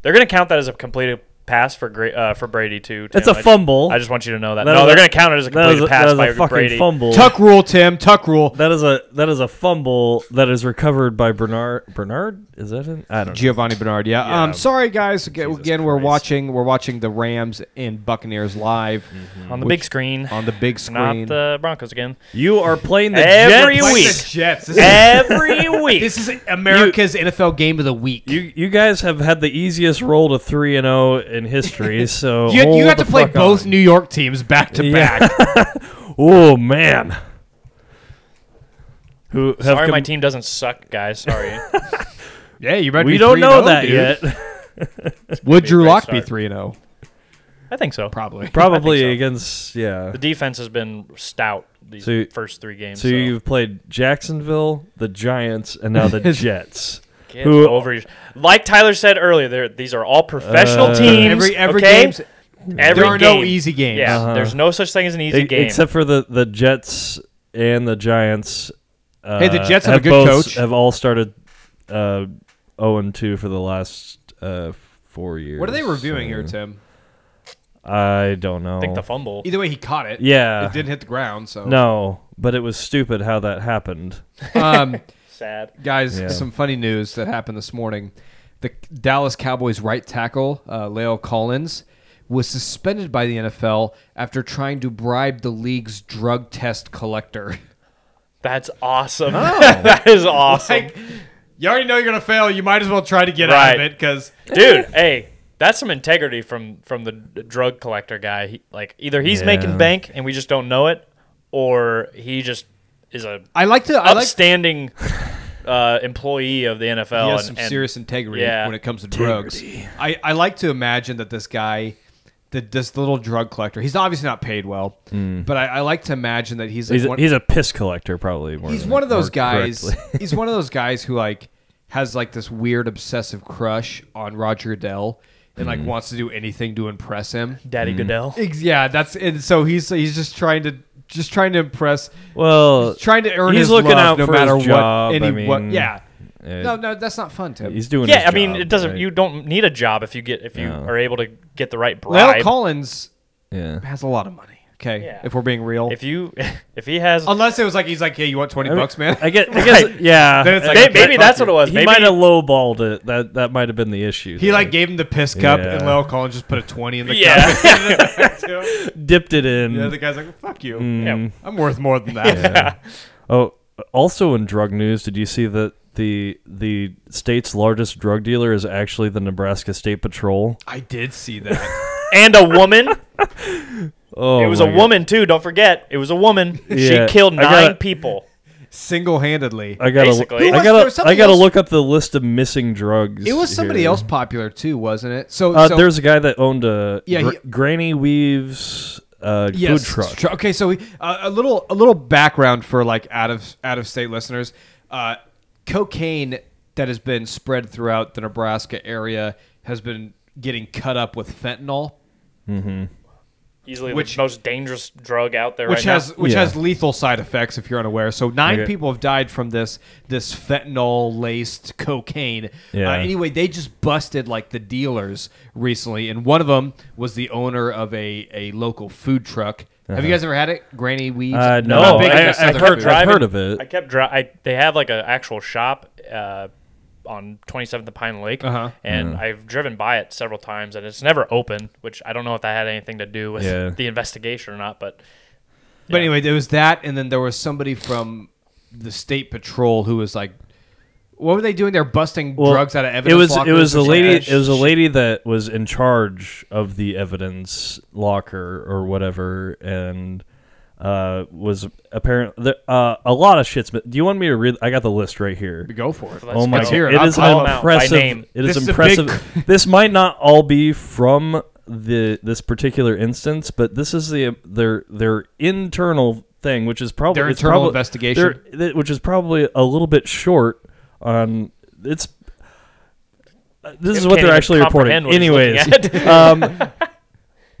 Speaker 3: they're gonna count that as a completed pass for Gra- uh, for Brady too. Tim.
Speaker 4: It's a
Speaker 3: I ju-
Speaker 4: fumble.
Speaker 3: I just want you to know that.
Speaker 4: That
Speaker 3: no,
Speaker 4: is
Speaker 3: they're gonna
Speaker 4: a-
Speaker 3: count it as a
Speaker 4: That is
Speaker 3: completed
Speaker 4: a,
Speaker 3: pass
Speaker 4: that is
Speaker 3: by
Speaker 4: a fucking
Speaker 3: Brady.
Speaker 4: fumble.
Speaker 2: Tuck rule, Tim. Tuck rule.
Speaker 4: That is a that is a fumble that is recovered by Bernard. Bernard is that it? I don't know.
Speaker 2: Giovanni Bernard. Yeah. Um. Sorry, guys. Again, again, we're
Speaker 4: Christ.
Speaker 2: watching. We're watching the Rams and Buccaneers live
Speaker 4: Mm-hmm.
Speaker 3: on the
Speaker 2: Which-
Speaker 3: big screen.
Speaker 2: on the big
Speaker 3: not
Speaker 2: screen.
Speaker 3: the Broncos again.
Speaker 4: you are playing the
Speaker 3: Every
Speaker 4: Jets.
Speaker 3: week.
Speaker 2: Jets. This
Speaker 3: Every week.
Speaker 2: is America's NFL game of the week. You,
Speaker 4: You you guys have had the easiest roll to three and zero in history. So
Speaker 2: you,
Speaker 4: hold
Speaker 2: have
Speaker 4: the
Speaker 2: to play
Speaker 4: fuck
Speaker 2: both
Speaker 4: on.
Speaker 2: New York teams back to
Speaker 4: Yeah.
Speaker 2: back.
Speaker 4: Oh man. Who have
Speaker 3: Sorry,
Speaker 4: com-
Speaker 3: my team doesn't suck, guys. Sorry.
Speaker 2: Yeah, you better.
Speaker 4: We
Speaker 2: be
Speaker 4: don't
Speaker 2: 3
Speaker 4: know
Speaker 3: oh,
Speaker 2: and 0,
Speaker 4: that
Speaker 2: dude.
Speaker 4: yet.
Speaker 2: Would Drew
Speaker 3: Great
Speaker 2: Lock be
Speaker 3: start.
Speaker 2: three and zero?
Speaker 3: I think so.
Speaker 2: Probably.
Speaker 4: Probably
Speaker 3: so.
Speaker 4: against yeah.
Speaker 3: The defense has been stout these
Speaker 4: So you-
Speaker 3: first three games.
Speaker 4: So you've played Jacksonville, the Giants, and now the Jets.
Speaker 3: Get
Speaker 4: Who-
Speaker 3: over your- like Tyler said earlier, they're- these are all professional
Speaker 4: Uh,
Speaker 3: teams.
Speaker 2: Every every
Speaker 3: okay?
Speaker 2: game's
Speaker 3: Every
Speaker 2: there are
Speaker 3: game.
Speaker 2: no easy games.
Speaker 3: Yeah,
Speaker 4: Uh-huh.
Speaker 3: there's no such thing as an easy
Speaker 4: E-
Speaker 3: game.
Speaker 4: Except for the the Jets and the Giants. Uh,
Speaker 2: Hey, the Jets have a good
Speaker 4: both-
Speaker 2: coach.
Speaker 4: Have all started uh, zero and two for the last uh, four years.
Speaker 2: What are they reviewing
Speaker 4: so-
Speaker 2: here, Tim?
Speaker 4: I don't know.
Speaker 3: I think the fumble.
Speaker 2: Either way, he caught it.
Speaker 4: yeah.
Speaker 2: It didn't hit the ground, so
Speaker 4: No, but it was stupid how that happened.
Speaker 2: Um,
Speaker 3: Sad.
Speaker 2: Guys,
Speaker 4: Yeah.
Speaker 2: some funny news that happened this morning. The Dallas Cowboys right tackle, uh, Leo Collins, was suspended by the NFL after trying to bribe the league's drug test collector.
Speaker 3: That's awesome.
Speaker 4: Oh.
Speaker 3: that is awesome,
Speaker 2: you already know you're going to fail. You might as well try to get
Speaker 3: out of Right. it
Speaker 2: because.
Speaker 3: dude. Hey, that's some integrity from from the d- drug collector guy. He, like either he's
Speaker 4: Yeah.
Speaker 3: making bank and we just don't know it, or he just is a
Speaker 2: I like to. I like to
Speaker 3: upstanding uh, employee of the NFL.
Speaker 2: he
Speaker 3: and-
Speaker 2: has some
Speaker 3: and-
Speaker 2: serious integrity
Speaker 3: yeah.
Speaker 2: when it comes to drugs. I, I like to imagine that this guy, that this little drug collector, he's obviously not paid well, but I, I like to imagine that he's like
Speaker 4: Hmm. He's a,
Speaker 2: one-
Speaker 4: he's a piss collector, probably. More
Speaker 2: he's
Speaker 4: than-
Speaker 2: one of those
Speaker 4: more
Speaker 2: guys.
Speaker 4: correctly.
Speaker 2: he's one of those guys who like has like this weird obsessive crush on Roger Goodell and like
Speaker 4: Mm-hmm.
Speaker 2: wants to do anything to impress him.
Speaker 3: Daddy
Speaker 4: Mm.
Speaker 3: Goodell.
Speaker 2: Ex- Yeah, that's and so he's he's just trying to just trying to impress,
Speaker 4: well,
Speaker 2: trying to earn
Speaker 4: He's
Speaker 2: his
Speaker 4: looking
Speaker 2: love
Speaker 4: out
Speaker 2: no
Speaker 4: for his
Speaker 2: matter
Speaker 4: job,
Speaker 2: what. Any
Speaker 4: I mean,
Speaker 2: what? Yeah.
Speaker 4: eh,
Speaker 2: No, no, that's not fun, Tim.
Speaker 4: he's doing.
Speaker 3: Yeah,
Speaker 4: his
Speaker 3: I mean,
Speaker 4: job,
Speaker 3: it doesn't.
Speaker 4: right?
Speaker 3: You don't need a job if you get if you
Speaker 4: Yeah.
Speaker 3: are able to get the right
Speaker 2: Lyle
Speaker 3: bribe.
Speaker 2: Collins
Speaker 4: Yeah.
Speaker 2: has a lot of money. Okay,
Speaker 3: Yeah.
Speaker 2: if we're being real,
Speaker 3: if you if he has,
Speaker 2: unless it was like he's like, hey, you want twenty bucks, man?
Speaker 4: I guess. I guess.
Speaker 3: Right.
Speaker 4: Yeah.
Speaker 2: Then it's
Speaker 4: I
Speaker 2: like,
Speaker 4: guess-
Speaker 3: May- maybe that's what it was.
Speaker 4: He
Speaker 3: Maybe
Speaker 4: might have lowballed it. That that might have been the issue.
Speaker 2: he
Speaker 4: there.
Speaker 2: like gave him the piss cup, and
Speaker 4: Yeah.
Speaker 2: Lyle Collins just put a twenty in the
Speaker 3: Yeah.
Speaker 2: cup.
Speaker 4: dipped it in.
Speaker 2: The other guy's like, "Fuck you,
Speaker 4: Mm.
Speaker 3: Yeah.
Speaker 2: I'm worth more than that."
Speaker 4: Oh, also in drug news, did you see that the the state's largest drug dealer is actually the Nebraska State Patrol?
Speaker 2: I did see that.
Speaker 3: and a woman.
Speaker 4: Oh,
Speaker 3: it was a
Speaker 4: my God.
Speaker 3: woman too. Don't forget, it was a woman.
Speaker 4: Yeah,
Speaker 3: She killed
Speaker 4: I
Speaker 3: nine
Speaker 4: got-
Speaker 3: people.
Speaker 2: single handedly.
Speaker 4: I gotta,
Speaker 3: Basically.
Speaker 4: I
Speaker 2: There was- there was
Speaker 4: gotta,
Speaker 2: something
Speaker 4: I gotta
Speaker 2: else-
Speaker 4: look up the list of missing drugs.
Speaker 2: It was somebody
Speaker 4: here.
Speaker 2: else popular too, wasn't it? So,
Speaker 4: Uh,
Speaker 2: so
Speaker 4: there's a guy that owned a
Speaker 2: Yeah,
Speaker 4: gr-
Speaker 2: he-
Speaker 4: Granny Weaves uh,
Speaker 2: yes,
Speaker 4: food truck.
Speaker 2: tru- okay, so we, uh, a little a little background for like out of out of state listeners. Uh, cocaine that has been spread throughout the Nebraska area has been getting cut up with fentanyl,
Speaker 3: Easily
Speaker 2: Which-
Speaker 3: the most dangerous drug out there
Speaker 2: which
Speaker 3: right
Speaker 2: has
Speaker 3: now.
Speaker 2: which
Speaker 4: Yeah.
Speaker 2: has lethal side effects if you're unaware. So nine
Speaker 4: Okay.
Speaker 2: people have died from this this fentanyl laced cocaine.
Speaker 4: Yeah.
Speaker 2: Uh, anyway, they just busted like the dealers recently, and one of them was the owner of a a local food truck. Have you guys ever had it, Granny Weeds?
Speaker 4: Uh-huh. Uh,
Speaker 2: I'm
Speaker 4: no,
Speaker 2: not big
Speaker 4: I-
Speaker 2: into
Speaker 4: I've
Speaker 2: Southern
Speaker 4: heard-
Speaker 2: food.
Speaker 4: I've heard of it.
Speaker 3: I kept dri- I, They have like an actual shop uh, on 27th and Pine Lake,
Speaker 2: Uh-huh.
Speaker 3: and I've driven by it several times, and it's never open. Which I don't know if that had anything to do with
Speaker 4: Yeah.
Speaker 3: the investigation or not, but
Speaker 2: But anyway, there was that, and then there was somebody from the state patrol who was like, "What were they doing? They're busting
Speaker 4: Well,
Speaker 2: drugs out of evidence."
Speaker 4: It was it
Speaker 2: lockers
Speaker 4: was
Speaker 2: or
Speaker 4: a lady.
Speaker 2: something?
Speaker 4: It was a lady that was in charge of the evidence locker or whatever, and uh, was apparently uh, a lot of shits. But do you want me to read? I got the list right here.
Speaker 2: Go for it.
Speaker 4: Oh my
Speaker 3: Let's
Speaker 4: god!
Speaker 2: hear it.
Speaker 4: It
Speaker 2: I'll
Speaker 4: is
Speaker 3: call
Speaker 4: an
Speaker 3: 'em out by
Speaker 4: impressive.
Speaker 3: name.
Speaker 4: It is
Speaker 2: This is a big-
Speaker 4: impressive. this might not all be from the this particular instance, but this is the their their internal thing, which is probably
Speaker 2: Their
Speaker 4: it's
Speaker 2: internal
Speaker 4: probably-
Speaker 2: investigation.
Speaker 4: they're- th- which is probably a little bit short on it's. uh, This is
Speaker 3: Tim
Speaker 4: what
Speaker 3: can't
Speaker 4: they're
Speaker 3: even
Speaker 4: actually reporting.
Speaker 3: comprehend what he's
Speaker 4: Anyways,
Speaker 3: looking
Speaker 4: um,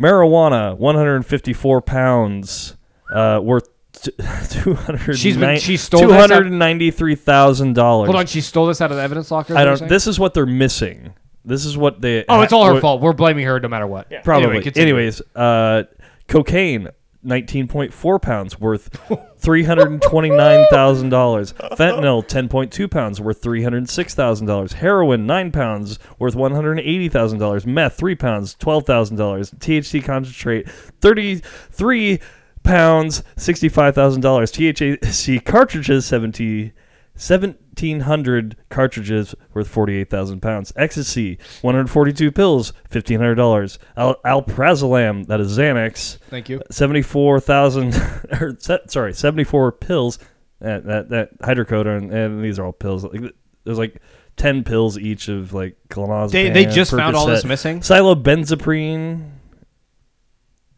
Speaker 4: marijuana, 154 pounds, uh, worth t- 200.
Speaker 2: She's been- she stole this out-
Speaker 4: $293,000.
Speaker 2: Hold on, she stole this out of the evidence locker. is
Speaker 4: I
Speaker 2: what you're
Speaker 4: don't.
Speaker 2: saying?
Speaker 4: This is what they're missing. This is what they.
Speaker 2: Oh, it's all her
Speaker 4: what-
Speaker 2: fault. We're blaming her no matter what.
Speaker 3: Yeah.
Speaker 4: Probably.
Speaker 2: Anyway, continue.
Speaker 4: Anyways, uh, cocaine, nineteen point four pounds, worth three hundred and twenty nine thousand dollars. Fentanyl, ten point two pounds, worth three hundred six thousand dollars. Heroin, nine pounds, worth one hundred eighty thousand dollars. Meth, three pounds, twelve thousand dollars. THC concentrate, thirty three pounds, sixty five thousand dollars. THC cartridges, seventy. 1,700 cartridges worth 48,000 pounds. Ecstasy, 142 pills, $1,500. Al- Alprazolam, that is Xanax,
Speaker 2: Thank you.
Speaker 4: 74,000, or se- sorry, 74 pills. That, that, that hydrocodone, and, and these are all pills. Like, There's like 10 pills each of like clonazepam.
Speaker 2: They- they just found all this
Speaker 4: Percocet.
Speaker 2: missing?
Speaker 4: Silobenzaprine,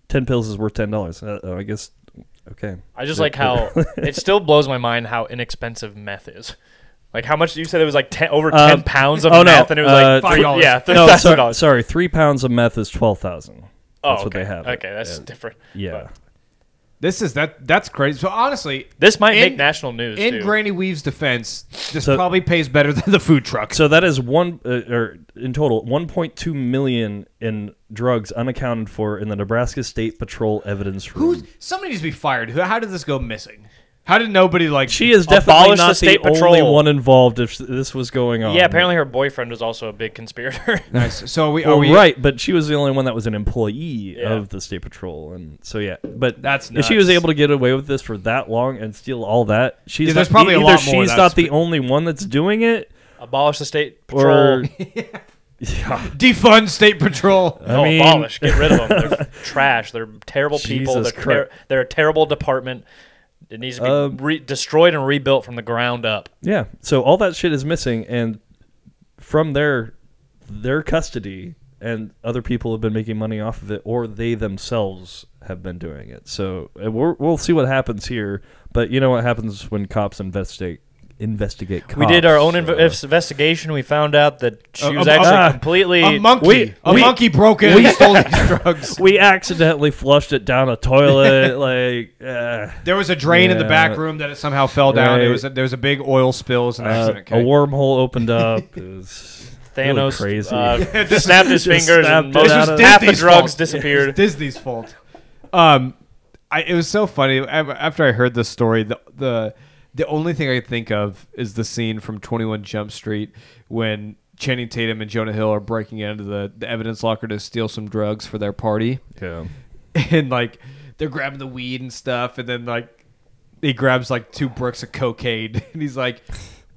Speaker 4: 10 pills is worth $10. Uh, I guess, okay.
Speaker 3: I just like how it still blows my mind how inexpensive meth is. Like how much you said it was like ten, over
Speaker 4: Uh,
Speaker 3: ten pounds of
Speaker 4: oh, no,
Speaker 3: meth, and it was
Speaker 4: uh,
Speaker 3: like three-
Speaker 2: $5.
Speaker 3: Yeah, three
Speaker 4: no,
Speaker 3: thousand
Speaker 4: sorry,
Speaker 3: dollars.
Speaker 4: sorry, three pounds of meth is twelve thousand.
Speaker 3: Oh,
Speaker 4: that's
Speaker 3: okay.
Speaker 4: what they have.
Speaker 3: Okay, that's different.
Speaker 4: yeah.
Speaker 3: But
Speaker 2: This is that. That's crazy. So honestly,
Speaker 3: this might
Speaker 2: In-
Speaker 3: make national news
Speaker 2: in
Speaker 3: too.
Speaker 2: Granny Weave's defense, this
Speaker 4: So-
Speaker 2: probably pays better than the food truck.
Speaker 4: So that is one, uh, or in total, one point two million in drugs unaccounted for in the Nebraska State Patrol evidence room.
Speaker 2: Who's somebody needs to be fired? Who? How did this go missing? How did nobody like?
Speaker 4: she is
Speaker 3: Abolish
Speaker 4: definitely
Speaker 3: the
Speaker 4: not the,
Speaker 3: State
Speaker 4: only
Speaker 3: Patrol.
Speaker 4: one involved. If this was going on,
Speaker 3: yeah, apparently her boyfriend was also a big conspirator.
Speaker 2: nice. So are we are
Speaker 4: Well,
Speaker 2: we
Speaker 4: right, but she was the only one that was an employee
Speaker 3: Yeah.
Speaker 4: of the state patrol, and so yeah. But
Speaker 2: That's
Speaker 4: if she was
Speaker 2: nuts.
Speaker 4: able to get away with this for that long and steal all that, she's
Speaker 2: Yeah,
Speaker 4: not,
Speaker 2: there's probably a
Speaker 4: either
Speaker 2: lot
Speaker 4: she's
Speaker 2: more that's
Speaker 4: not the only one that's doing it,
Speaker 3: Abolish the state patrol.
Speaker 4: or yeah.
Speaker 2: defund state patrol?
Speaker 4: I
Speaker 3: no,
Speaker 4: mean-
Speaker 3: abolish. Get rid of them. They're trash. They're terrible people.
Speaker 4: Jesus
Speaker 3: They're, ter-
Speaker 4: Christ.
Speaker 3: they're a terrible department. It needs to be
Speaker 4: Um,
Speaker 3: re- destroyed and rebuilt from the ground up.
Speaker 4: Yeah. So all that shit is missing, and from their their custody, and other people have been making money off of it, or they themselves have been doing it. So uh, we're, we'll see what happens here. But you know what happens when cops investigate investigate. Cops,
Speaker 3: We did our own
Speaker 4: so-
Speaker 3: inv- investigation. We found out that she
Speaker 2: A-
Speaker 3: was
Speaker 2: a-
Speaker 3: actually
Speaker 2: a-
Speaker 3: completely
Speaker 2: Ah, A monkey,
Speaker 4: we-
Speaker 2: a
Speaker 4: we-
Speaker 2: monkey broke in and stole these drugs.
Speaker 4: we accidentally flushed it down a toilet. like, uh,
Speaker 2: There was a drain in the
Speaker 4: Yeah.
Speaker 2: back room that it somehow fell down. It
Speaker 4: Right.
Speaker 2: was a, there was a big oil spill. It was an
Speaker 4: uh,
Speaker 2: accident.
Speaker 4: a
Speaker 2: okay?
Speaker 4: wormhole opened up. It was really
Speaker 3: Thanos
Speaker 4: crazy.
Speaker 3: uh, snapped his
Speaker 4: Just
Speaker 3: fingers
Speaker 4: snapped
Speaker 3: and
Speaker 4: it
Speaker 3: most
Speaker 4: out of-
Speaker 3: half the
Speaker 2: Disney's
Speaker 3: drugs
Speaker 2: fault.
Speaker 3: disappeared.
Speaker 2: It's Disney's fault. Um, I, it was so funny. Af- After I heard this story, the the the only thing I could think of is the scene from Twenty One Jump Street when Channing Tatum and Jonah Hill are breaking into the, the evidence locker to steal some drugs for their party,
Speaker 4: yeah.
Speaker 2: and like they're grabbing the weed and stuff, and then like he grabs like two bricks of cocaine, and he's like.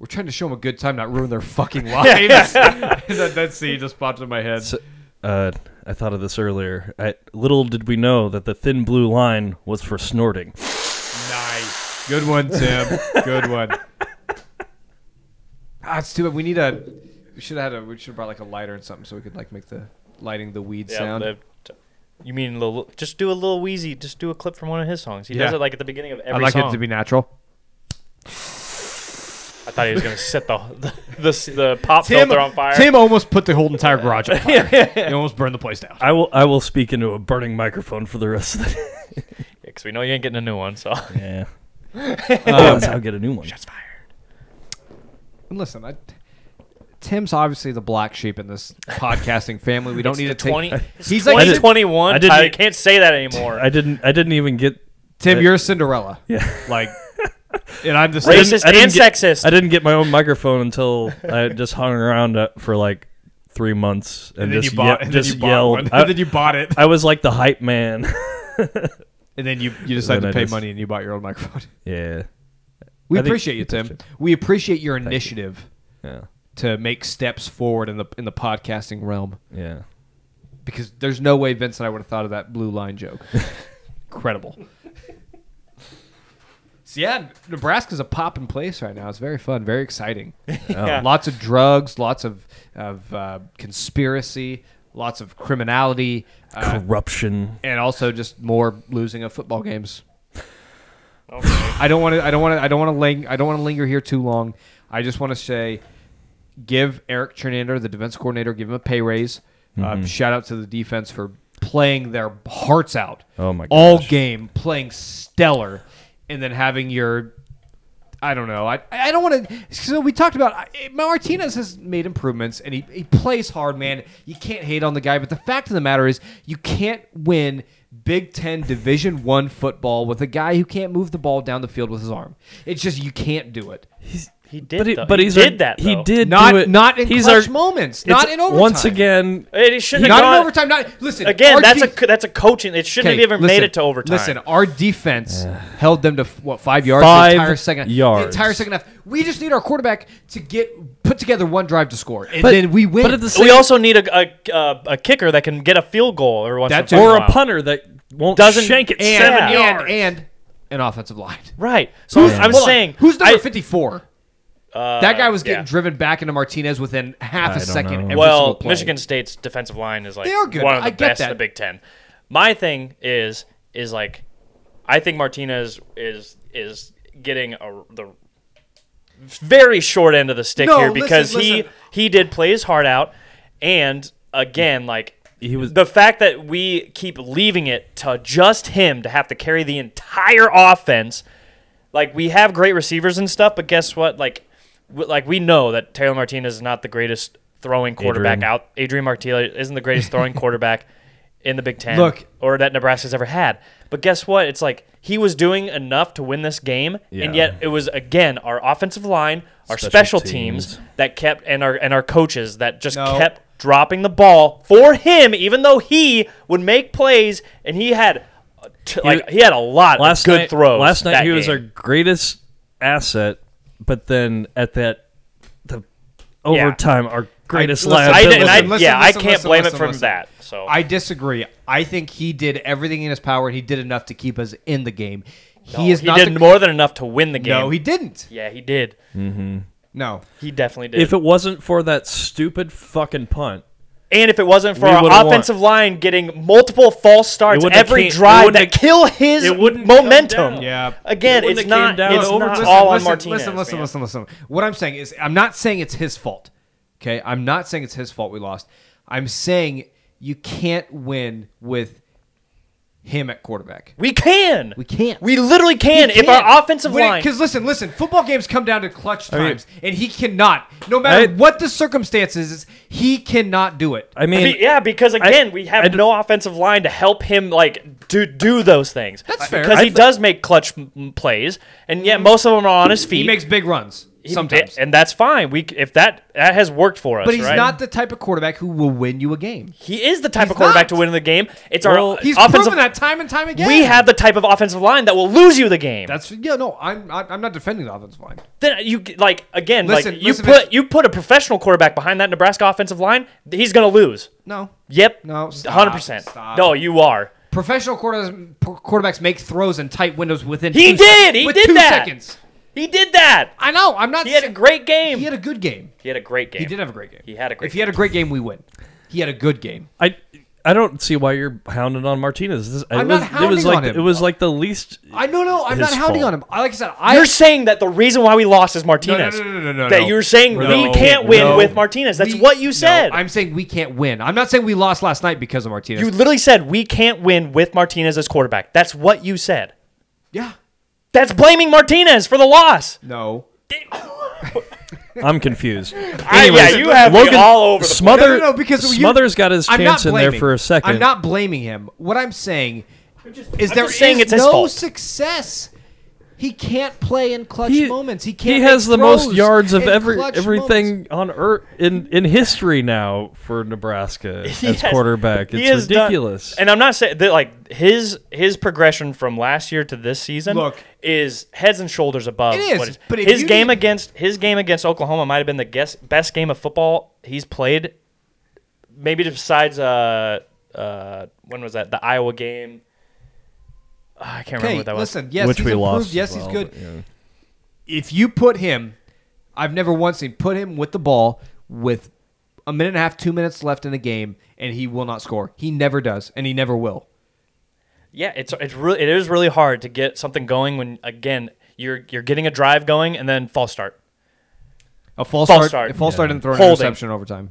Speaker 2: We're trying to show them a good time, not ruin their fucking lives. that, that scene just popped in my head.
Speaker 4: So, uh, I thought of this earlier. I, little did we know that the thin blue line was for snorting.
Speaker 2: nice. Good one, Tim. Good one. Ah, it's too bad. We need a. We should have had a. We should have brought like a lighter and something so we could like make the lighting the weed
Speaker 3: Yeah,
Speaker 2: sound.
Speaker 3: the- you mean little? Just do a little wheezy. Just do a clip from one of his songs. He does
Speaker 2: Yeah.
Speaker 3: it like at the beginning of every
Speaker 2: I like
Speaker 3: song.
Speaker 2: it to be natural.
Speaker 3: I thought he was gonna set the the, the, the pop filter on fire.
Speaker 2: Tim almost put the whole entire garage on fire. He almost burned the place down.
Speaker 4: I will I will speak into a burning microphone for the rest of the day.
Speaker 3: because we know you ain't getting a new one. So
Speaker 4: Yeah. oh, that's how I get a new one.
Speaker 2: Listen, I, Tim's obviously the black sheep in this podcasting family. We don't need to
Speaker 3: the
Speaker 2: take.
Speaker 3: twenty.
Speaker 2: He's
Speaker 3: He's
Speaker 2: like-
Speaker 3: like
Speaker 2: I didn't-
Speaker 3: twenty one.
Speaker 4: I
Speaker 3: I,
Speaker 4: didn't-
Speaker 3: can't say that anymore.
Speaker 4: I didn't I didn't even get
Speaker 2: Tim, you're a Cinderella.
Speaker 4: yeah.
Speaker 2: Like, and I'm the
Speaker 4: didn't-
Speaker 3: Racist
Speaker 4: I didn't
Speaker 3: and
Speaker 4: get-
Speaker 3: sexist.
Speaker 4: I didn't get my own microphone until I just hung around uh, for like three months and, just, ye- just yelled. I,
Speaker 2: bought it.
Speaker 4: I was like the hype man.
Speaker 2: And then you you decided
Speaker 4: then
Speaker 2: to
Speaker 4: I
Speaker 2: pay
Speaker 4: just-
Speaker 2: money and you bought your own microphone.
Speaker 4: yeah,
Speaker 2: We
Speaker 4: I think-
Speaker 2: appreciate you, Tim. We appreciate your initiative
Speaker 4: yeah,
Speaker 2: to make steps forward in the in the podcasting realm
Speaker 4: yeah.
Speaker 2: because there's no way Vince and I would have thought of that blue line joke. Incredible. So yeah, Nebraska's a poppin' place right now. It's very fun, very exciting.
Speaker 3: Yeah.
Speaker 2: Lots of drugs, lots of of uh, conspiracy, lots of criminality, uh,
Speaker 4: Corruption.
Speaker 2: and also just more losing of football games.
Speaker 3: Okay.
Speaker 2: I don't want to. I don't want to. I don't want to. Ling- I don't want to linger here too long. I just want to say, give Eric Chernander, the defense coordinator, give him a pay raise.
Speaker 4: Mm-hmm.
Speaker 2: Um, shout out to the defense for playing their hearts out.
Speaker 4: Oh my
Speaker 2: All
Speaker 4: gosh.
Speaker 2: game playing stellar, and then having your. I don't know. I, I don't want to. So we talked about I- Martinez has made improvements and he, he plays hard, man. You can't hate on the guy, but the fact of the matter is, you can't win Big Ten Division One football with a guy who can't move the ball down the field with his arm. It's just you can't do it.
Speaker 3: he did.
Speaker 4: but he,
Speaker 3: though.
Speaker 4: but
Speaker 3: he
Speaker 4: he's
Speaker 3: did
Speaker 4: our-
Speaker 3: that.
Speaker 4: He
Speaker 3: though.
Speaker 4: did
Speaker 2: Not
Speaker 4: do it.
Speaker 2: not in
Speaker 4: he's
Speaker 2: clutch
Speaker 4: our-
Speaker 2: moments.
Speaker 4: it's-
Speaker 2: Not in overtime.
Speaker 4: Once again,
Speaker 3: It, it shouldn't
Speaker 2: not
Speaker 3: have gone,
Speaker 2: in overtime. Not listen
Speaker 3: Again,
Speaker 2: our
Speaker 3: that's
Speaker 2: def-
Speaker 3: a that's a coaching. It shouldn't
Speaker 2: Okay,
Speaker 3: have even
Speaker 2: listen,
Speaker 3: made it to overtime.
Speaker 2: Listen, our defense held them to what five yards
Speaker 4: Five
Speaker 2: the entire second The
Speaker 4: yards.
Speaker 2: entire second half. We just need our quarterback to get put together one drive to score, and
Speaker 4: But-
Speaker 2: then we win.
Speaker 4: but at the same
Speaker 3: we also need a, a, a, a kicker that can get a field goal or once
Speaker 2: That's-
Speaker 3: in a
Speaker 4: or
Speaker 3: while.
Speaker 4: a punter that won't
Speaker 3: Doesn't-
Speaker 4: shank it
Speaker 3: and-
Speaker 4: seven
Speaker 3: yeah.
Speaker 4: yards.
Speaker 2: and, and an offensive line.
Speaker 3: Right. So I'm
Speaker 2: Hold on,
Speaker 3: saying
Speaker 2: who's number
Speaker 3: I- Uh,
Speaker 2: fifty four? that guy was getting
Speaker 3: yeah.
Speaker 2: driven back into Martinez within half a
Speaker 4: don't
Speaker 2: second.
Speaker 4: know.
Speaker 2: Every single
Speaker 3: well,
Speaker 2: play.
Speaker 3: Michigan State's defensive line is like
Speaker 2: They are good.
Speaker 3: one of the
Speaker 2: I get
Speaker 3: best
Speaker 2: that.
Speaker 3: in the Big Ten. My thing is is like I think Martinez is is getting a, the very short end of the stick
Speaker 2: No,
Speaker 3: here
Speaker 2: listen,
Speaker 3: because he
Speaker 2: listen.
Speaker 3: he did play his heart out and again like
Speaker 4: He was-
Speaker 3: the fact that we keep leaving it to just him to have to carry the entire offense like we have great receivers and stuff, but guess what? Like, w- like we know that Taylor Martinez is not the greatest throwing quarterback
Speaker 4: Adrian.
Speaker 3: out. Adrian Martinez isn't the greatest throwing quarterback in the Big Ten,
Speaker 2: Look-
Speaker 3: or that Nebraska's ever had. But guess what? It's like he was doing enough to win this game, and
Speaker 4: Yeah.
Speaker 3: yet it was again our offensive line, our
Speaker 4: Special
Speaker 3: special, teams.
Speaker 4: teams.
Speaker 3: that kept, and our and our coaches that just
Speaker 2: No.
Speaker 3: kept dropping the ball for him, even though he would make plays and he had. uh, T- like he had a lot
Speaker 4: last
Speaker 3: of good
Speaker 4: night,
Speaker 3: throws.
Speaker 4: Last night
Speaker 3: that
Speaker 4: he was
Speaker 3: game.
Speaker 4: our greatest asset, but then at that the overtime, our greatest
Speaker 2: I- listen,
Speaker 3: I,
Speaker 4: liability.
Speaker 3: didn't- I,
Speaker 2: Listen, listen,
Speaker 3: yeah,
Speaker 2: listen,
Speaker 3: I can't
Speaker 2: listen,
Speaker 3: blame
Speaker 2: listen,
Speaker 3: it from
Speaker 2: listen.
Speaker 3: that. So
Speaker 2: I disagree. I think he did everything in his power, and he did enough to keep us in the game. he is
Speaker 3: he
Speaker 2: not
Speaker 3: did
Speaker 2: the,
Speaker 3: more than enough to win the game.
Speaker 2: No, he didn't.
Speaker 3: yeah, he did.
Speaker 2: No,
Speaker 3: He definitely did.
Speaker 4: if it wasn't for that stupid fucking punt,
Speaker 3: and if it wasn't for
Speaker 4: We
Speaker 3: our
Speaker 4: would've won.
Speaker 3: offensive line getting multiple false starts
Speaker 4: wouldn't have
Speaker 3: every
Speaker 4: came- it
Speaker 3: drive
Speaker 4: wouldn't
Speaker 3: that
Speaker 4: have-
Speaker 3: kill his
Speaker 4: it wouldn't have come
Speaker 3: momentum.
Speaker 4: down.
Speaker 2: Yeah.
Speaker 3: Again,
Speaker 4: It wouldn't
Speaker 3: it's
Speaker 4: have came
Speaker 3: not.
Speaker 4: down
Speaker 3: It's
Speaker 4: to
Speaker 3: not
Speaker 4: overtime.
Speaker 3: all on
Speaker 2: listen,
Speaker 3: Martinez.
Speaker 2: Listen, listen,
Speaker 3: man.
Speaker 2: listen, listen. What I'm saying is, I'm not saying it's his fault. Okay, I'm not saying it's his fault we lost. I'm saying you can't win with him at quarterback.
Speaker 3: We can.
Speaker 2: We can't.
Speaker 3: We literally can. if our offensive line.
Speaker 2: because listen, listen, football games come down to clutch
Speaker 4: mean-
Speaker 2: times, and he cannot. No matter
Speaker 4: I-
Speaker 2: what the circumstances, is, he cannot do it.
Speaker 4: I mean,
Speaker 3: Be- yeah, because again, we have
Speaker 4: I d-
Speaker 3: no offensive line to help him like do do those things.
Speaker 2: That's fair.
Speaker 3: Because
Speaker 2: I
Speaker 3: he does make clutch m- m- plays, and yet most of them are on his feet.
Speaker 2: He makes big runs
Speaker 3: He-
Speaker 2: sometimes.
Speaker 3: and that's fine. We c- if that that has worked for us.
Speaker 2: but he's
Speaker 3: right?
Speaker 2: not the type of quarterback who will win you a game.
Speaker 3: He is the type of
Speaker 2: He's
Speaker 3: quarterback
Speaker 2: not.
Speaker 3: to win the game. It's our
Speaker 2: He's
Speaker 3: offensive.
Speaker 2: proven that time and time again.
Speaker 3: We have the type of offensive line that will lose you the game.
Speaker 2: That's yeah. No, I'm I, I'm not defending the offensive line.
Speaker 3: then you like again
Speaker 2: Listen,
Speaker 3: like you
Speaker 2: listen,
Speaker 3: put
Speaker 2: Vince.
Speaker 3: you put a professional quarterback behind that Nebraska offensive line, he's gonna lose.
Speaker 2: No.
Speaker 3: Yep.
Speaker 2: No, stop,
Speaker 3: Hundred percent.
Speaker 2: stop.
Speaker 3: No, you are.
Speaker 2: Professional quarterbacks, quarterbacks make throws in tight windows within.
Speaker 3: He
Speaker 2: two
Speaker 3: did! He
Speaker 2: with
Speaker 3: did
Speaker 2: two
Speaker 3: that!
Speaker 2: seconds.
Speaker 3: He did that.
Speaker 2: I know. I'm not.
Speaker 3: He had a
Speaker 2: sa-
Speaker 3: great game.
Speaker 2: He had a good game.
Speaker 3: He had a great game.
Speaker 2: He did have a great game.
Speaker 3: He had a great
Speaker 2: If he had a great game, we win. He had a good game.
Speaker 4: I I don't see why you're hounding on Martinez. This, it
Speaker 2: I'm
Speaker 4: was,
Speaker 2: not
Speaker 4: it was
Speaker 2: hounding
Speaker 4: like
Speaker 2: on him.
Speaker 4: It was like the least.
Speaker 2: I no no. I'm
Speaker 4: His
Speaker 2: not hounding
Speaker 4: fault.
Speaker 2: on him. I- Like I said, I
Speaker 3: You're saying that the reason why we lost is
Speaker 2: no, no,
Speaker 3: Martinez.
Speaker 2: no, no, no, no,
Speaker 3: that
Speaker 2: no.
Speaker 3: you're saying
Speaker 2: No,
Speaker 3: we can't win
Speaker 2: no.
Speaker 3: with Martinez. That's
Speaker 2: We-
Speaker 3: what you said.
Speaker 2: No, I'm saying we can't win. I'm not saying we lost last night because of Martinez.
Speaker 3: you literally said we can't win with Martinez as quarterback. That's what you said.
Speaker 2: yeah.
Speaker 3: That's blaming Martinez for the loss.
Speaker 2: No.
Speaker 4: I'm confused.
Speaker 3: I- yeah, you have me
Speaker 4: Logan
Speaker 3: all over the place.
Speaker 4: Smother,
Speaker 2: No, no, no, because you-
Speaker 4: Smothers got his
Speaker 2: I'm not
Speaker 4: chance in there
Speaker 2: blaming-
Speaker 4: for a second.
Speaker 2: I'm not blaming him. What I'm saying is
Speaker 3: I'm
Speaker 2: there
Speaker 3: just saying
Speaker 2: is
Speaker 3: it's his
Speaker 2: no
Speaker 3: fault.
Speaker 2: success. He can't play in clutch
Speaker 4: He-
Speaker 2: moments. He can't.
Speaker 4: He has
Speaker 2: make
Speaker 4: the most
Speaker 2: throws
Speaker 4: yards of
Speaker 2: in
Speaker 4: every
Speaker 2: clutch
Speaker 4: everything on earth in in history now for Nebraska as
Speaker 3: He has-
Speaker 4: quarterback.
Speaker 3: he
Speaker 4: It's
Speaker 3: has done-
Speaker 4: ridiculous.
Speaker 3: and I'm not saying that like his his progression from last year to this season
Speaker 2: Look.
Speaker 3: is heads and shoulders above.
Speaker 2: It is,
Speaker 3: what
Speaker 2: but if
Speaker 3: his
Speaker 2: you
Speaker 3: game
Speaker 2: need-
Speaker 3: against his game against Oklahoma might have been the guess, best game of football he's played. Maybe besides uh uh when was that the Iowa game? Ah, I can't remember
Speaker 2: Okay,
Speaker 3: what that was.
Speaker 2: listen. Yes,
Speaker 4: which
Speaker 2: he's
Speaker 4: we
Speaker 2: improved.
Speaker 4: lost.
Speaker 2: Yes,
Speaker 4: as
Speaker 2: he's
Speaker 4: well,
Speaker 2: good.
Speaker 4: but, yeah.
Speaker 2: If you put him, I've never once seen put him with the ball with a minute and a half, two minutes left in the game, and he will not score. He never does, and he never will.
Speaker 3: Yeah, it's it's really it is really hard to get something going when again you're you're getting a drive going and then false start.
Speaker 2: A false,
Speaker 3: False
Speaker 2: start,
Speaker 3: start.
Speaker 2: A false
Speaker 3: Yeah.
Speaker 2: start and throw an
Speaker 3: Holding.
Speaker 2: interception overtime.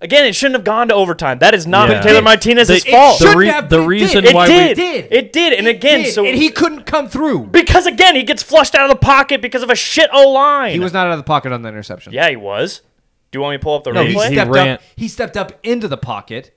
Speaker 3: Again, it shouldn't have gone to overtime. That is not
Speaker 4: Yeah.
Speaker 3: Taylor
Speaker 4: It-
Speaker 3: Martinez's
Speaker 2: it
Speaker 3: fault.
Speaker 2: should-
Speaker 4: The,
Speaker 2: Shouldn't
Speaker 4: re-
Speaker 2: have,
Speaker 4: the
Speaker 2: but it
Speaker 4: reason
Speaker 2: did.
Speaker 3: It
Speaker 4: why
Speaker 3: did.
Speaker 4: we
Speaker 2: did.
Speaker 3: Oh. It did. And
Speaker 2: It
Speaker 3: again,
Speaker 2: did,
Speaker 3: so
Speaker 2: and he couldn't come through.
Speaker 3: because again he gets flushed out of the pocket because of a shit O line.
Speaker 2: He was not out of the pocket on the interception.
Speaker 3: Yeah, he was. Do you want me to pull up the
Speaker 2: No, he
Speaker 3: replay?
Speaker 4: he
Speaker 2: stepped
Speaker 4: ran-
Speaker 2: up. He stepped up into the pocket.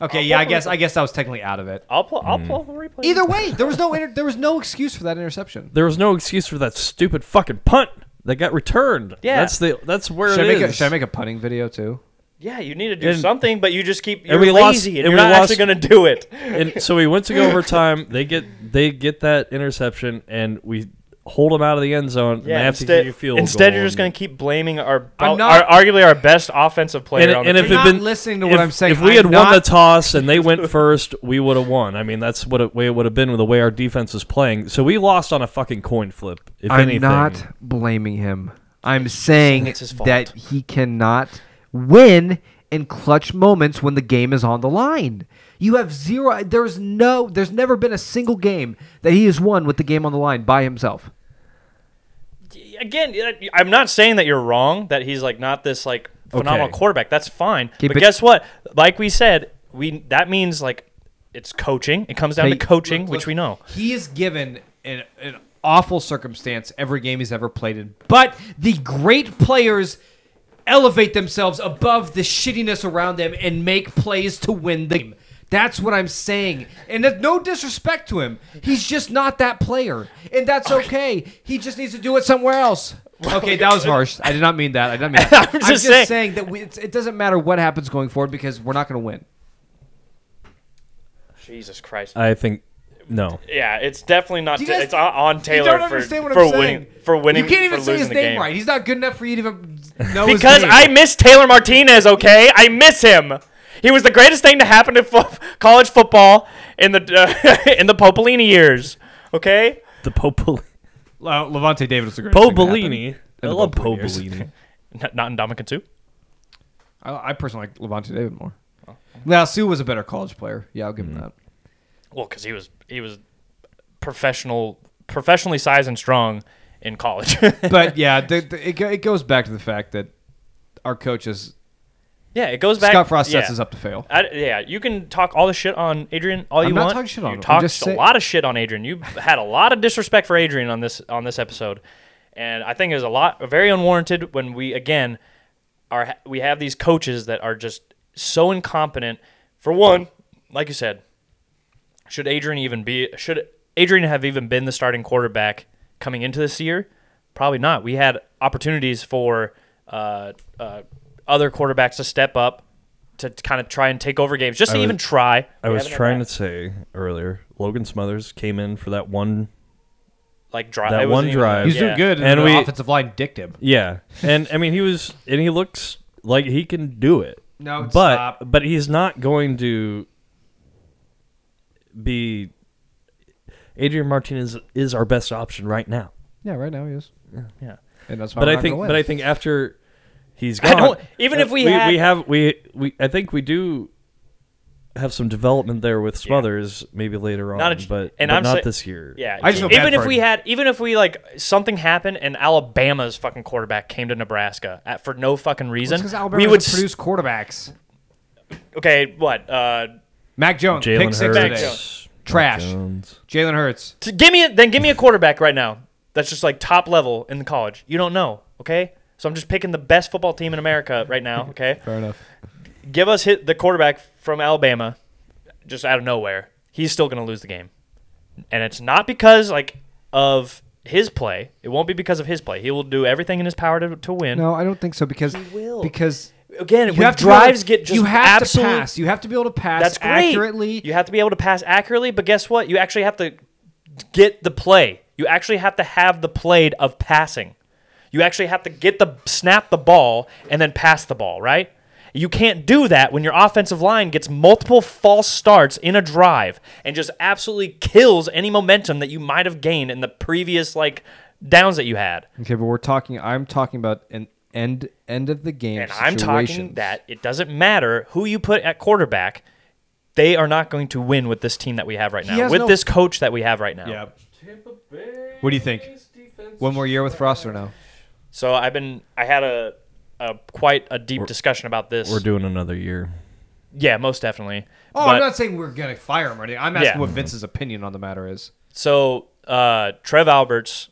Speaker 2: Okay, yeah, I guess I guess I was technically out of it.
Speaker 3: I'll pull. I'll
Speaker 4: Mm.
Speaker 3: pull up the replay.
Speaker 2: Either way, there was no inter- there was no excuse for that interception.
Speaker 4: there was no excuse for that stupid fucking punt that got returned.
Speaker 3: Yeah.
Speaker 4: that's the that's where
Speaker 2: Should I,
Speaker 4: it
Speaker 2: make a,
Speaker 4: is.
Speaker 2: should I make a punting video too?
Speaker 3: Yeah, you need to do
Speaker 4: And-
Speaker 3: something, but you just keep. You're
Speaker 4: and we lost-
Speaker 3: lazy, and, you're
Speaker 4: and we
Speaker 3: not
Speaker 4: lost-
Speaker 3: actually going to do it.
Speaker 4: and so we went to go overtime. They get they get that interception, and we hold them out of the end zone. and they
Speaker 3: Yeah,
Speaker 4: have to
Speaker 3: instead,
Speaker 4: kick a field
Speaker 3: instead
Speaker 4: goal,
Speaker 3: you're just
Speaker 4: and-
Speaker 3: going to keep blaming our,
Speaker 2: I'm
Speaker 3: our
Speaker 2: not-
Speaker 3: arguably our best offensive player.
Speaker 4: And,
Speaker 3: on
Speaker 4: and
Speaker 3: the
Speaker 4: if
Speaker 3: team.
Speaker 4: it
Speaker 2: not
Speaker 4: been
Speaker 2: listening to what
Speaker 4: if-
Speaker 2: I'm saying.
Speaker 4: if we
Speaker 2: I'm
Speaker 4: had won
Speaker 2: not-
Speaker 4: the toss and they went first, we would have won. I mean, that's what it, way it would have been with the way our defense was playing. So we lost on a fucking coin flip. If anything,
Speaker 2: blaming him. I'm saying
Speaker 3: It's his fault. that
Speaker 2: he cannot win in clutch moments when the game is on the line. You have zero. There's no. There's never been a single game that he has won with the game on the line by himself.
Speaker 3: again, I- I'm not saying that you're wrong that he's like not this like phenomenal
Speaker 4: Okay.
Speaker 3: quarterback. That's fine.
Speaker 2: Keep
Speaker 3: but
Speaker 2: it-
Speaker 3: guess what? Like we said, we that means like it's coaching. It comes down
Speaker 2: Hey,
Speaker 3: to coaching,
Speaker 2: look,
Speaker 3: which
Speaker 2: look,
Speaker 3: we know.
Speaker 2: He is given an, an awful circumstance every game he's ever played in. But the great players elevate themselves above the shittiness around them and make plays to win the game. That's what I'm saying. And there's no disrespect to him. He's just not that player. And that's okay. He just needs to do it somewhere else. Okay, that was harsh. I did not mean that. I did not mean that.
Speaker 3: I'm just saying-
Speaker 2: that we, it's, it doesn't matter what happens going forward because we're not going to win.
Speaker 3: Jesus Christ.
Speaker 4: I think no.
Speaker 3: yeah, it's definitely not.
Speaker 2: Uh, Do you guys-
Speaker 3: it's on, on Taylor
Speaker 2: you don't
Speaker 3: for,
Speaker 2: understand what
Speaker 3: for
Speaker 2: I'm
Speaker 3: winning
Speaker 2: saying.
Speaker 3: for winning.
Speaker 2: You can't even
Speaker 3: for
Speaker 2: say
Speaker 3: losing
Speaker 2: his
Speaker 3: the
Speaker 2: name
Speaker 3: game.
Speaker 2: right. He's not good enough for you to even know his
Speaker 3: Because
Speaker 2: name.
Speaker 3: I miss Taylor Martinez. Okay, I miss him. He was the greatest thing to happen to fo- college football in the uh, in the Popolini years. Okay.
Speaker 4: The Popoli-
Speaker 2: uh, Levante David is the greatest. thing to
Speaker 4: Popolini. I
Speaker 2: In the
Speaker 4: love
Speaker 2: Popolini years.
Speaker 4: Popolini.
Speaker 3: Not, not in Dominican too.
Speaker 2: happen. I, I personally like Levante David more. Now Sue was a better college player. Yeah, I'll give
Speaker 3: Mm.
Speaker 2: him that.
Speaker 3: Well, because he was he was professional, professionally sized and strong in college.
Speaker 2: But yeah, the, the, it, go- it goes back to the fact that our coaches
Speaker 3: yeah, it goes back.
Speaker 2: Scott Frost
Speaker 3: yeah.
Speaker 2: sets us up to fail.
Speaker 3: I, yeah, you can talk all the shit on Adrian all you
Speaker 2: not
Speaker 3: want.
Speaker 2: talking shit on
Speaker 3: you
Speaker 2: him. I'm
Speaker 3: talked
Speaker 2: just
Speaker 3: a
Speaker 2: saying-
Speaker 3: lot of shit on Adrian. You had a lot of disrespect for Adrian on this on this episode, and I think it was a lot very unwarranted when we again are we have these coaches that are just so incompetent. For one, like you said, should Adrian even be should Adrian have even been the starting quarterback coming into this year? Probably not. We had opportunities for uh, uh, other quarterbacks to step up to kind of try and take over games, just to
Speaker 4: was-
Speaker 3: even try.
Speaker 4: I was trying to say earlier, Logan Smothers came in for that one.
Speaker 3: like drive
Speaker 4: that
Speaker 3: it
Speaker 4: one
Speaker 3: wasn't even-
Speaker 4: drive.
Speaker 2: He's
Speaker 3: yeah.
Speaker 2: doing good, and,
Speaker 4: And
Speaker 2: the
Speaker 4: we-
Speaker 2: offensive line dicked him.
Speaker 4: Yeah, and I mean he was, and he looks like he can do it.
Speaker 2: No,
Speaker 4: but
Speaker 2: stop.
Speaker 4: but he's not going to be Adrian Martinez is our best option right now.
Speaker 3: Oh,
Speaker 2: Yeah, right now he is.
Speaker 3: Yeah.
Speaker 2: And that's why
Speaker 4: But
Speaker 2: we're
Speaker 4: I
Speaker 2: not
Speaker 4: think
Speaker 2: gonna
Speaker 4: but I
Speaker 2: win.
Speaker 4: think after he's
Speaker 3: I
Speaker 4: gone,
Speaker 3: don't- even
Speaker 4: uh,
Speaker 3: if we
Speaker 4: we,
Speaker 3: had-
Speaker 4: have we we I think we do have some development there with Smothers maybe later on,
Speaker 3: Not a ch-
Speaker 4: but
Speaker 3: and
Speaker 4: but
Speaker 3: I'm
Speaker 4: not
Speaker 3: say-
Speaker 4: this year.
Speaker 3: Yeah,
Speaker 2: I just feel bad
Speaker 3: even
Speaker 2: for
Speaker 3: if we
Speaker 2: him.
Speaker 3: had, even if we like something happened and Alabama's fucking quarterback came to Nebraska at, for no fucking reason,
Speaker 2: because
Speaker 3: we
Speaker 2: Alabama
Speaker 3: would
Speaker 2: would produce quarterbacks.
Speaker 3: s- okay. What? Uh,
Speaker 2: Mac Jones, pick
Speaker 4: Jalen
Speaker 2: six
Speaker 3: Mac
Speaker 2: today.
Speaker 3: Jones.
Speaker 4: Hurts,
Speaker 2: Trash.
Speaker 4: Jones.
Speaker 2: Jalen Hurts.
Speaker 3: t- give me a, then give me a quarterback right now that's just like top level in the college. You don't know, okay? So I'm just picking the best football team in America right now, okay?
Speaker 2: Fair enough.
Speaker 3: give us hit the quarterback from Alabama just out of nowhere, he's still going to lose the game. And it's not because like of his play. It won't be because of his play. He will do everything in his power to, to win.
Speaker 2: No, I don't think so because
Speaker 3: will.
Speaker 2: because
Speaker 3: Again,
Speaker 2: you
Speaker 3: when
Speaker 2: have to be able
Speaker 3: drives
Speaker 2: to-
Speaker 3: get just
Speaker 2: you have
Speaker 3: absolute-
Speaker 2: to pass. You have to be able to pass
Speaker 3: That's great.
Speaker 2: accurately.
Speaker 3: You have to be able to pass accurately, but guess what? You actually have to get the play. You actually have to have the play of passing. You actually have to get the snap the ball and then pass the ball, right? You can't do that when your offensive line gets multiple false starts in a drive and just absolutely kills any momentum that you might have gained in the previous like downs that you had.
Speaker 2: Okay, but we're talking. I'm talking about an end end of the game.
Speaker 3: And I'm talking
Speaker 2: situations.
Speaker 3: that it doesn't matter who you put at quarterback. They are not going to win with this team that we have right now,
Speaker 2: has
Speaker 3: with
Speaker 2: no-
Speaker 3: this coach that we have right now.
Speaker 2: Yeah. What do you think? One more year with Frost or no?
Speaker 3: So I've been, I had a, a quite a deep discussion about this.
Speaker 4: We're doing another year.
Speaker 3: yeah, most definitely.
Speaker 2: Oh,
Speaker 3: But-
Speaker 2: I'm not saying we're gonna fire him or anything. I'm asking
Speaker 3: Yeah.
Speaker 2: what Vince's opinion on the matter is.
Speaker 3: So uh, Trev Alberts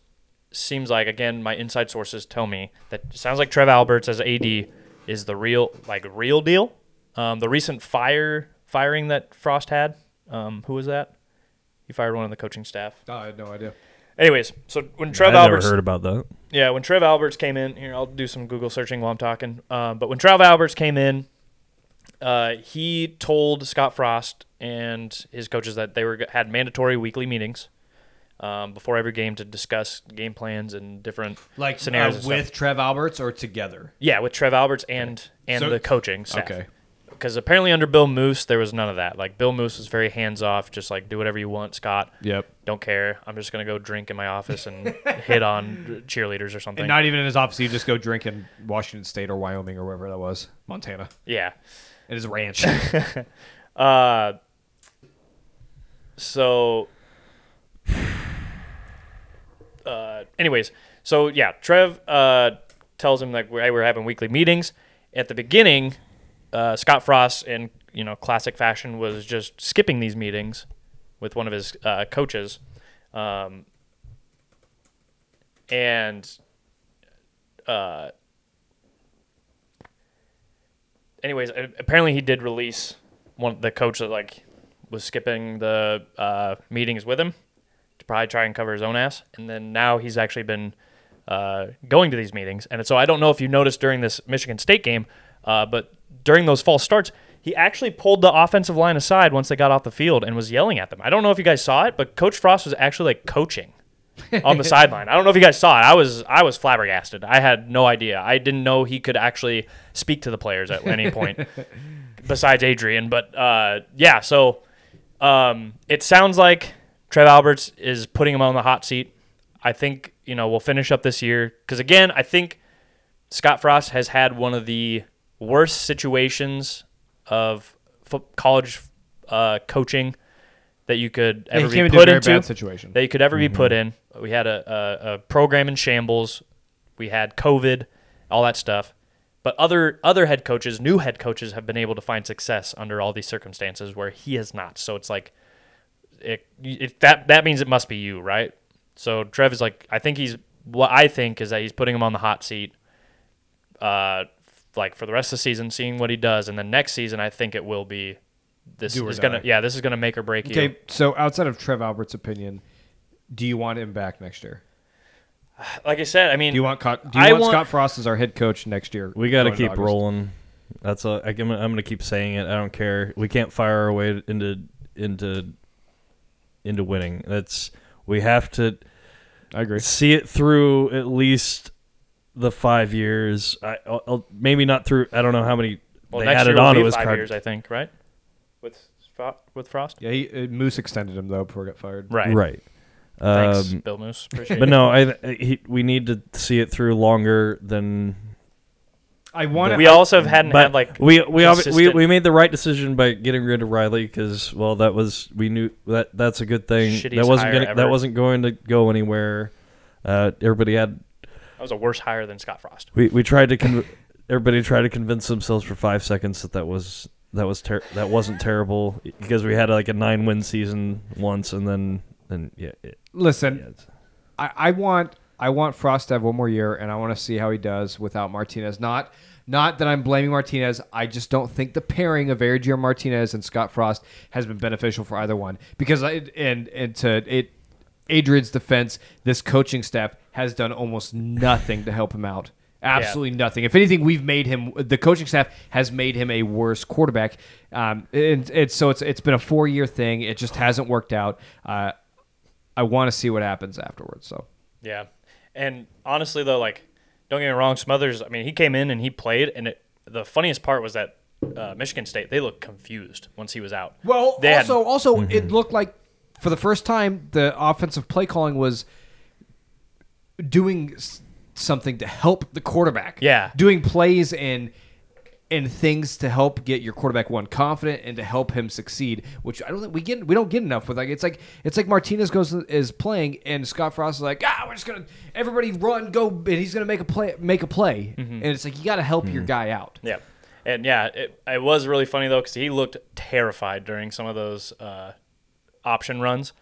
Speaker 3: seems like again my inside sources tell me that it sounds like Trev Alberts as AD is the real like real deal. Um, the recent fire firing that Frost had, um, who was that? He fired one of the coaching staff.
Speaker 2: Oh, I had no idea.
Speaker 3: Anyways, so when Trev
Speaker 4: I've
Speaker 3: Alberts
Speaker 4: never heard about that.
Speaker 3: Yeah, when Trev Alberts came in, here I'll do some Google searching while I'm talking. Um, but when Trev Alberts came in, uh, he told Scott Frost and his coaches that they were had mandatory weekly meetings um, before every game to discuss game plans and different
Speaker 2: Like
Speaker 3: scenarios and
Speaker 2: uh,
Speaker 3: stuff.
Speaker 2: with Trev Alberts or together?
Speaker 3: Yeah, with Trev Alberts and and
Speaker 2: So-
Speaker 3: the coaching staff.
Speaker 2: Okay.
Speaker 3: Because apparently under Bill Moose there was none of that. Like Bill Moose was very hands off, just like do whatever you want, Scott.
Speaker 2: Yep.
Speaker 3: Don't care. I'm just gonna go drink in my office and hit on cheerleaders or something.
Speaker 2: And not even in his office. You just go drink in Washington State or Wyoming or wherever that was, Montana.
Speaker 3: yeah.
Speaker 2: It is ranch.
Speaker 3: Uh, so, uh, anyways, so yeah, Trev uh, tells him like we're, we're having weekly meetings. At the beginning, uh, Scott Frost, in you know classic fashion, was just skipping these meetings with one of his uh, coaches, um, and uh, anyways, a- apparently he did release one the coach that like was skipping the uh, meetings with him to probably try and cover his own ass, and then now he's actually been uh, going to these meetings, and so I don't know if you noticed during this Michigan State game, uh, but during those false starts. He actually pulled the offensive line aside once they got off the field and was yelling at them. I don't know if you guys saw it, but Coach Frost was actually like coaching on the sideline. I don't know if you guys saw it. I was I was flabbergasted. I had no idea. I didn't know he could actually speak to the players at any point besides Adrian. But uh, yeah, so um, it sounds like Trev Alberts is putting him on the hot seat. I think you know we'll finish up this year because again, I think Scott Frost has had one of the worst situations of fo- college uh, coaching that you could ever
Speaker 2: he came
Speaker 3: be
Speaker 2: into a
Speaker 3: put
Speaker 2: very
Speaker 3: into
Speaker 2: bad situation.
Speaker 3: that you could ever be put in.
Speaker 2: Mm-hmm.
Speaker 3: We had a, a, a program in shambles. We had COVID, all that stuff. But other other head coaches, new head coaches, have been able to find success under all these circumstances where he has not. So it's like, it, it that that means it must be you, right? So Trev is like, I think he's what I think is that he's putting him on the hot seat, uh, like for the rest of the season, seeing what he does, and then next season, I think it will be. This
Speaker 2: Do or
Speaker 3: is gonna,
Speaker 2: die.
Speaker 3: yeah, this is gonna make or break you.
Speaker 2: okay. So outside of Trev Alberts' opinion, do you want him back next year?
Speaker 3: Like I said, I mean,
Speaker 2: Do you want Co- do you
Speaker 3: I
Speaker 2: want,
Speaker 3: want-
Speaker 2: Scott Frost as our head coach next year?
Speaker 4: We got to
Speaker 2: going
Speaker 4: keep
Speaker 2: August?
Speaker 4: rolling. That's all. I, am going to keep saying it. I don't care. We can't fire our way into into into winning. That's we have to
Speaker 2: I agree.
Speaker 4: see it through at least the five years. I I'll, I'll- maybe not through. I don't know how many
Speaker 3: Well,
Speaker 4: they
Speaker 3: next
Speaker 4: had
Speaker 3: year
Speaker 4: it
Speaker 3: will
Speaker 4: on.
Speaker 3: be
Speaker 4: It was
Speaker 3: five
Speaker 4: card-
Speaker 3: years, I think, right? With Fro- with Frost.
Speaker 2: Yeah, he, uh, Moose extended him though before he got fired.
Speaker 3: Right.
Speaker 4: Right.
Speaker 3: Thanks,
Speaker 4: Um,
Speaker 3: Bill Moose. Appreciate
Speaker 4: but
Speaker 3: it.
Speaker 4: no, I he, we need to see it through longer than.
Speaker 2: I want.
Speaker 3: We also have hadn't
Speaker 4: But
Speaker 3: had like
Speaker 4: we we, obvi- we
Speaker 3: consistent-
Speaker 4: we made the right decision by getting rid of Riley because well that was we knew that that's a good thing that
Speaker 3: Shittiest
Speaker 4: wasn't
Speaker 3: hire
Speaker 4: gonna, that
Speaker 3: ever.
Speaker 4: wasn't going to go anywhere. Uh, everybody had
Speaker 3: that was a worse hire than Scott Frost.
Speaker 4: we, we tried to con- everybody tried to convince themselves for five seconds that that was that was ter- that wasn't terrible because we had like a nine win season once and then and yeah, it,
Speaker 2: Listen,
Speaker 4: yeah it's-
Speaker 2: I, I want I want Frost to have one more year, and I want to see how he does without Martinez. Not not that I'm blaming Martinez. I just don't think the pairing of Ergier Martinez and Scott Frost has been beneficial for either one. Because I and and to it, Adrian's defense, this coaching staff has done almost nothing to help him out. Absolutely nothing. If anything, we've made him. The coaching staff has made him a worse quarterback, um, and, and so it's it's been a four year thing. It just hasn't worked out. Uh, I want to see what happens afterwards. So
Speaker 3: Yeah, and honestly though, like don't get me wrong, Smothers. I mean, he came in and he played, and it, the funniest part was that uh, Michigan State they looked confused once he was out.
Speaker 2: Well,
Speaker 3: they had- Mm-hmm.
Speaker 2: also, also it looked like for the first time the offensive play calling was doing s- something to help the quarterback.
Speaker 3: Yeah.
Speaker 2: doing plays and and things to help get your quarterback one confident and to help him succeed, which I don't think we get we don't get enough with. Like it's like it's like Martinez goes is playing and Scott Frost is like ah we're just gonna everybody run go and he's gonna make a play make a play
Speaker 3: Mm-hmm.
Speaker 2: and it's like you got to help your guy out.
Speaker 3: yeah, and yeah, it, it was really funny though because he looked terrified during some of those uh, option runs.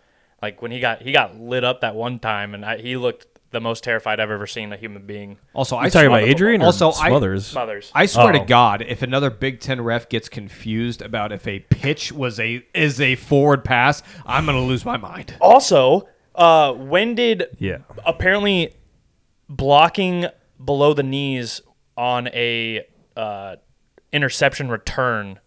Speaker 3: Like when he got he got lit up that one time, and I, he looked the most terrified I've ever seen a human being.
Speaker 2: Also, I
Speaker 4: you talking
Speaker 2: swear-
Speaker 4: about Adrian or
Speaker 2: also, I-
Speaker 4: Smothers?
Speaker 3: Smothers.
Speaker 2: I swear to
Speaker 4: Oh.
Speaker 2: God, if another Big Ten ref gets confused about if a pitch was a is a forward pass, I'm gonna lose my mind.
Speaker 3: also, uh, when did
Speaker 4: Yeah.
Speaker 3: apparently blocking below the knees on a uh, interception return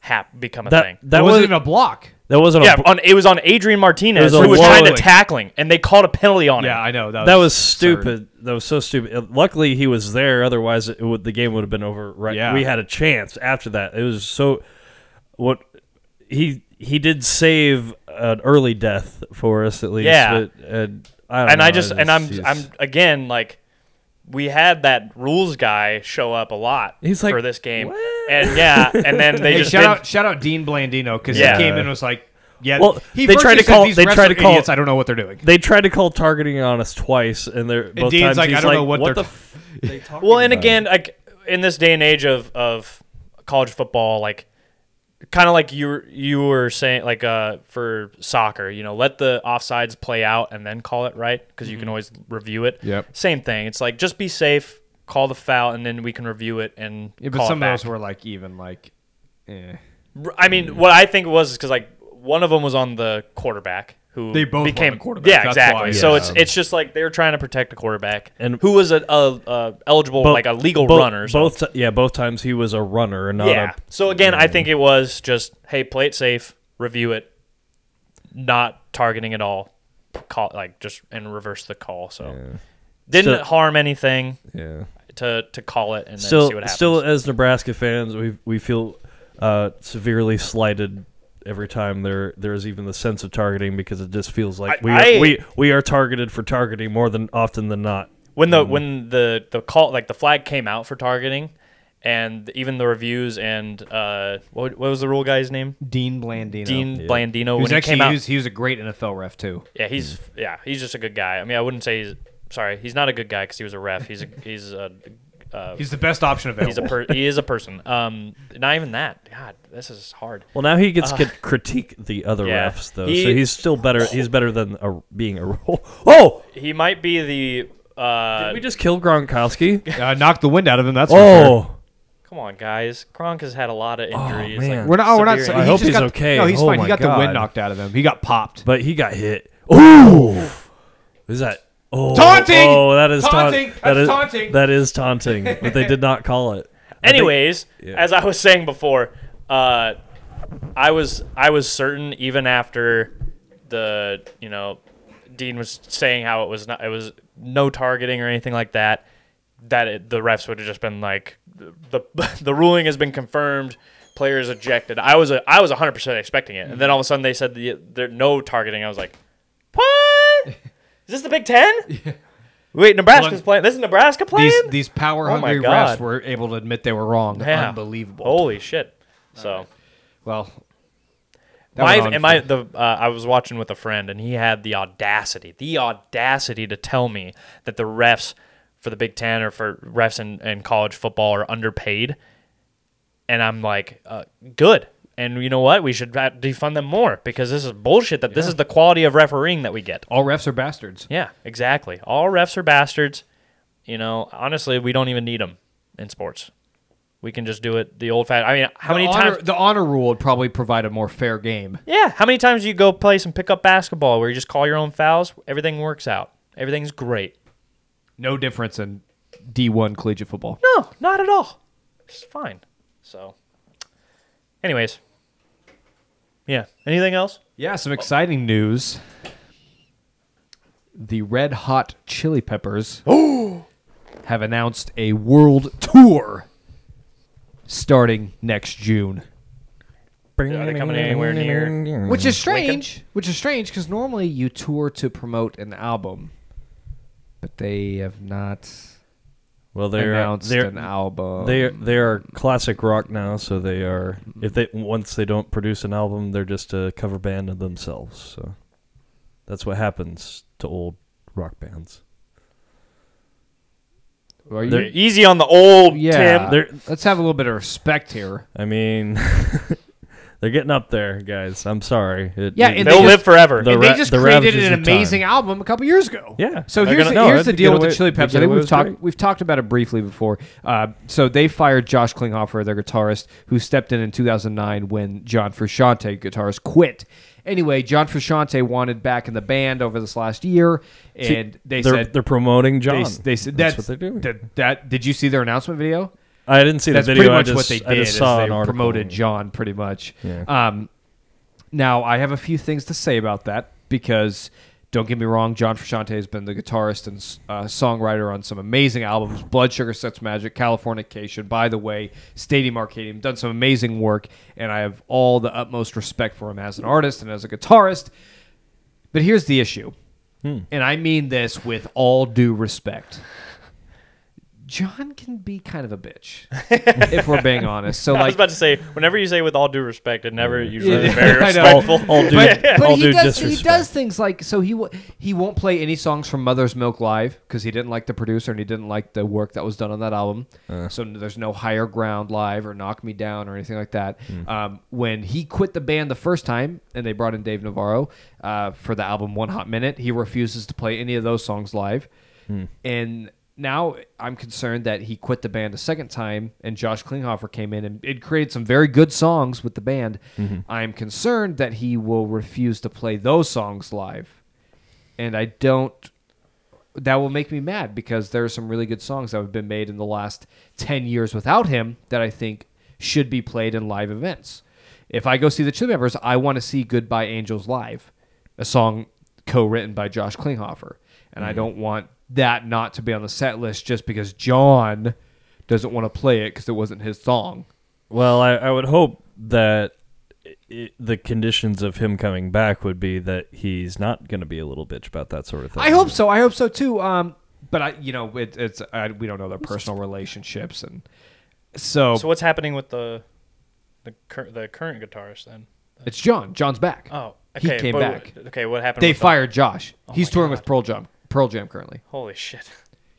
Speaker 3: hap become a thing?
Speaker 4: that that
Speaker 2: wasn't
Speaker 4: wasn't
Speaker 2: even a block.
Speaker 4: that wasn't
Speaker 3: yeah,
Speaker 4: a,
Speaker 3: on, it was on Adrian Martinez
Speaker 4: It was a
Speaker 3: who was trying to
Speaker 4: low-
Speaker 3: tackling, and they called a penalty on
Speaker 2: Yeah,
Speaker 3: him.
Speaker 2: I know that was,
Speaker 4: that was stupid. That was so stupid. Uh, Luckily, he was there. Otherwise, it would, the game would have been over. Right?
Speaker 2: Yeah.
Speaker 4: We had a chance after that. It was so. What he he did save an early death for us at least.
Speaker 3: Yeah.
Speaker 4: but, uh, I don't
Speaker 3: and
Speaker 4: know,
Speaker 3: I just and I'm
Speaker 4: he's-
Speaker 3: I'm again like we had that rules guy show up a lot
Speaker 4: He's like,
Speaker 3: for this game,
Speaker 4: "What?"
Speaker 3: and yeah, and then they
Speaker 2: Hey,
Speaker 3: just
Speaker 2: shout
Speaker 3: didn't-
Speaker 2: out shout out Dean Blandino because
Speaker 3: Yeah.
Speaker 2: he came in and was like, yeah.
Speaker 4: Well,
Speaker 2: he
Speaker 4: they tried
Speaker 2: virtually
Speaker 4: to
Speaker 2: said,
Speaker 4: call-
Speaker 2: These
Speaker 4: they
Speaker 2: refs
Speaker 4: tried
Speaker 2: are
Speaker 4: to call-
Speaker 2: idiots. I don't know what they're doing.
Speaker 4: They tried to call targeting on us twice, and they're both
Speaker 2: Dean's
Speaker 4: times
Speaker 2: like,
Speaker 4: he's
Speaker 2: "I don't know what
Speaker 4: what
Speaker 2: they're
Speaker 4: the f- they talking
Speaker 3: Well, and
Speaker 4: about?"
Speaker 3: again, like in this day and age of of college football, like kind of like you were- you were saying, like uh for soccer, you know, let the offsides play out and then call it right because
Speaker 4: Mm-hmm.
Speaker 3: you can always review it.
Speaker 2: Yep.
Speaker 3: Same thing. It's like just be safe, call the foul, and then we can review it and
Speaker 2: Yeah,
Speaker 3: call
Speaker 2: but
Speaker 3: it
Speaker 2: some of
Speaker 3: back.
Speaker 2: those were like even like, eh.
Speaker 3: R- I mean, what I think it was is because like one of them was on the quarterback who
Speaker 2: They both were on
Speaker 3: became
Speaker 2: the quarterback,
Speaker 3: Yeah,
Speaker 2: that's
Speaker 3: exactly.
Speaker 2: why.
Speaker 3: So
Speaker 2: Yeah.
Speaker 3: it's it's just like they were trying to protect the quarterback
Speaker 4: And-
Speaker 3: who was a, a, a eligible
Speaker 4: Bo-
Speaker 3: like a legal
Speaker 4: bo-
Speaker 3: runner. So.
Speaker 4: Both, ti- yeah, both times he was a runner, and not
Speaker 3: yeah.
Speaker 4: a
Speaker 3: So again, I think it was just hey, play it safe, review it, not targeting at all, call like just and reverse the call. So didn't
Speaker 4: So-
Speaker 3: harm anything
Speaker 4: yeah.
Speaker 3: to to call it and then
Speaker 4: still,
Speaker 3: see what happens.
Speaker 4: still as Nebraska fans, we we feel uh, severely slighted every time there there is even the sense of targeting because it just feels like
Speaker 3: I-
Speaker 4: we
Speaker 3: I-
Speaker 4: are, we we are targeted for targeting more than often than not.
Speaker 3: when
Speaker 2: Mm-hmm.
Speaker 3: the when the the call like the flag came out for targeting. And even the reviews and uh, what, what was the rule guy's name?
Speaker 2: Dean Blandino.
Speaker 3: Dean
Speaker 4: Yeah.
Speaker 3: Blandino.
Speaker 2: He was
Speaker 3: When it
Speaker 2: actually
Speaker 3: came out,
Speaker 2: he was, he was a great NFL ref too.
Speaker 3: yeah, he's yeah, he's just a good guy. I mean, I wouldn't say he's sorry. He's not a good guy because he was a ref. He's a he's a uh,
Speaker 2: He's the best option available.
Speaker 3: He's a per- he is a person. Um, not even that. God, this is hard.
Speaker 4: Well, now he gets to critique the other
Speaker 3: yeah.
Speaker 4: refs though,
Speaker 3: He-
Speaker 4: so he's still better. He's better than a, being a oh.
Speaker 3: He might be the. Uh,
Speaker 4: we just killed Gronkowski.
Speaker 2: uh, knocked the wind out of him. That's for sure.
Speaker 4: oh,
Speaker 3: come on, guys. Gronk has had a lot of injuries.
Speaker 4: man.
Speaker 3: Like,
Speaker 2: We're not. Oh, we're not.
Speaker 3: severe-
Speaker 2: he
Speaker 4: I hope
Speaker 2: just
Speaker 4: he's
Speaker 2: got-
Speaker 4: okay.
Speaker 2: No, he's
Speaker 4: Oh
Speaker 2: fine.
Speaker 4: my
Speaker 2: He got the wind
Speaker 4: God.
Speaker 2: knocked out of him. He got popped.
Speaker 4: but he got hit. Oh, is that? Oh,
Speaker 2: Taunting!
Speaker 4: Oh, that is taunt-
Speaker 2: Taunting!
Speaker 4: that
Speaker 2: That's
Speaker 4: is-
Speaker 2: taunting.
Speaker 4: That is taunting. But they did not call it. I think-
Speaker 3: Anyways, as I was saying before, uh, I was I was certain even after the you know Dean was saying how it was not it was no targeting or anything like that that it, the refs would have just been like the the ruling has been confirmed players ejected. I was a, I was 100 percent expecting it, and
Speaker 4: Mm-hmm.
Speaker 3: then all of a sudden they said the, there no targeting. I was like, what? Is this the Big Ten? Wait, Nebraska's playing. This is Nebraska playing.
Speaker 2: These these power hungry
Speaker 3: Oh my
Speaker 2: refs
Speaker 3: God.
Speaker 2: were able to admit they were wrong.
Speaker 3: Yeah.
Speaker 2: Unbelievable.
Speaker 3: Holy shit! So.
Speaker 4: Oh.
Speaker 2: Well,
Speaker 3: my,
Speaker 2: went on
Speaker 3: and my,
Speaker 2: for-
Speaker 3: the, uh, I was watching with a friend, and he had the audacity, the audacity to tell me that the refs for the Big Ten or for refs in, in college football are underpaid. And I'm like, uh, good. And you know what? We should uh, defund them more because this is bullshit that this is the quality of refereeing that we get.
Speaker 2: all refs are bastards.
Speaker 3: Yeah, exactly. All refs are bastards. You know, honestly, we don't even need them in sports. We can just do it the old fashioned. I mean, how
Speaker 2: the
Speaker 3: many
Speaker 2: honor,
Speaker 3: times?
Speaker 2: the honor rule would probably provide a more fair game.
Speaker 3: Yeah. How many times do you go play some pickup basketball where you just call your own fouls? Everything works out. Everything's great.
Speaker 2: No difference in D1 collegiate football.
Speaker 3: No, not at all. It's fine. So, anyways, yeah. Anything else?
Speaker 2: Yeah, some exciting news. The Red Hot Chili Peppers
Speaker 4: Oh!
Speaker 2: have announced a world tour starting next June.
Speaker 3: Are they coming anywhere near?
Speaker 2: Which
Speaker 4: Mm-hmm.
Speaker 2: is strange. Which is strange because normally you tour to promote an album, but they have not
Speaker 4: Well, they're
Speaker 2: announced
Speaker 4: they're
Speaker 2: an album.
Speaker 4: they they are classic rock now, so they are if they once they don't produce an album, they're just a cover band of themselves. So that's what happens to old rock bands.
Speaker 2: Are you-
Speaker 3: They're easy on the old
Speaker 2: yeah.
Speaker 3: Tim.
Speaker 4: They're-
Speaker 2: Let's have a little bit of respect here.
Speaker 4: I mean, they're getting up there, guys. I'm sorry. It-
Speaker 2: Yeah,
Speaker 4: it-
Speaker 2: and
Speaker 3: They'll
Speaker 2: they
Speaker 3: live
Speaker 2: just-
Speaker 3: forever.
Speaker 4: The
Speaker 2: And they
Speaker 4: Ra-
Speaker 2: just
Speaker 4: the
Speaker 2: created
Speaker 4: Ravages
Speaker 2: an
Speaker 4: of Time.
Speaker 2: amazing album a couple years ago.
Speaker 4: yeah.
Speaker 2: So
Speaker 4: They're
Speaker 2: here's,
Speaker 4: gonna-
Speaker 2: the,
Speaker 4: no,
Speaker 2: here's the
Speaker 4: they
Speaker 2: deal
Speaker 4: get
Speaker 2: with
Speaker 4: away-
Speaker 2: the Chili
Speaker 4: they
Speaker 2: Peppers. I
Speaker 4: get
Speaker 2: think
Speaker 4: away
Speaker 2: we've
Speaker 4: with
Speaker 2: talked
Speaker 4: great.
Speaker 2: we've talked about it briefly before. Uh, so they fired Josh Klinghoffer, their guitarist, who stepped in in 2009 when John Frusciante, guitarist, quit. Anyway, John Frusciante wanted back in the band over this last year,
Speaker 4: See,
Speaker 2: and they
Speaker 4: they're,
Speaker 2: said
Speaker 4: they're promoting John.
Speaker 2: they, they said
Speaker 4: that's,
Speaker 2: that's,
Speaker 4: what they're doing.
Speaker 2: That, that did you see their announcement video?
Speaker 4: I didn't see
Speaker 2: that's
Speaker 4: the video.
Speaker 2: pretty much
Speaker 4: I
Speaker 2: what
Speaker 4: just,
Speaker 2: they did.
Speaker 4: I just
Speaker 2: is
Speaker 4: saw
Speaker 2: they
Speaker 4: an article.
Speaker 2: promoted John pretty much.
Speaker 4: Yeah.
Speaker 2: Um, now I have a few things to say about that because don't get me wrong, John Frusciante has been the guitarist and uh, songwriter on some amazing albums: Blood Sugar Sex Magic, Californication. By the way, Stadium Arcadium done some amazing work, and I have all the utmost respect for him as an artist and as a guitarist. But here's the issue,
Speaker 3: Hmm.
Speaker 2: and I mean this with all due respect. John can be kind of a bitch, if we're being honest. So,
Speaker 3: I was
Speaker 2: like,
Speaker 3: about to say, whenever you say "with all due respect," it never usually is
Speaker 2: Yeah.
Speaker 3: very
Speaker 2: I know. Oh,
Speaker 3: respectful.
Speaker 4: All due-
Speaker 2: but, but
Speaker 4: all
Speaker 2: he
Speaker 4: due
Speaker 2: does he
Speaker 4: disrespect.
Speaker 2: does things like so he w- he won't play any songs from Mother's Milk live because he didn't like the producer and he didn't like the work that was done on that album.
Speaker 3: Uh.
Speaker 2: So n- there's no Higher Ground live or Knock Me Down or anything like that.
Speaker 3: Hmm.
Speaker 2: Um, when he quit the band the first time and they brought in Dave Navarro uh, for the album One Hot Minute, he refuses to play any of those songs live. And now I'm concerned that he quit the band a second time and Josh Klinghoffer came in and it created some very good songs with the band. I'm concerned that he will refuse to play those songs live. And I don't that will make me mad because there are some really good songs that have been made in the last 10 years without him that I think should be played in live events. If I go see the Chili Peppers, I want to see Goodbye Angels live, a song co-written by Josh Klinghoffer, and I don't want that not to be on the set list just because John doesn't want to play it cuz it wasn't his song.
Speaker 4: Well, I, I would hope that i i the conditions of him coming back would be that he's not going to be a little bitch about that sort of thing.
Speaker 2: I hope so. I hope so too. Um but I you know, it, it's I, we don't know their personal relationships and so,
Speaker 3: So what's happening with the the, cur- the current guitarist then?
Speaker 2: it's John. John's back.
Speaker 3: Oh,
Speaker 2: He
Speaker 3: okay,
Speaker 2: came
Speaker 3: but-
Speaker 2: back.
Speaker 3: Okay, what happened?
Speaker 2: They
Speaker 3: with the-
Speaker 2: fired Josh. He's
Speaker 3: Oh my
Speaker 2: touring
Speaker 3: God.
Speaker 2: with Pearl Jam. Pearl Jam currently.
Speaker 3: Holy shit,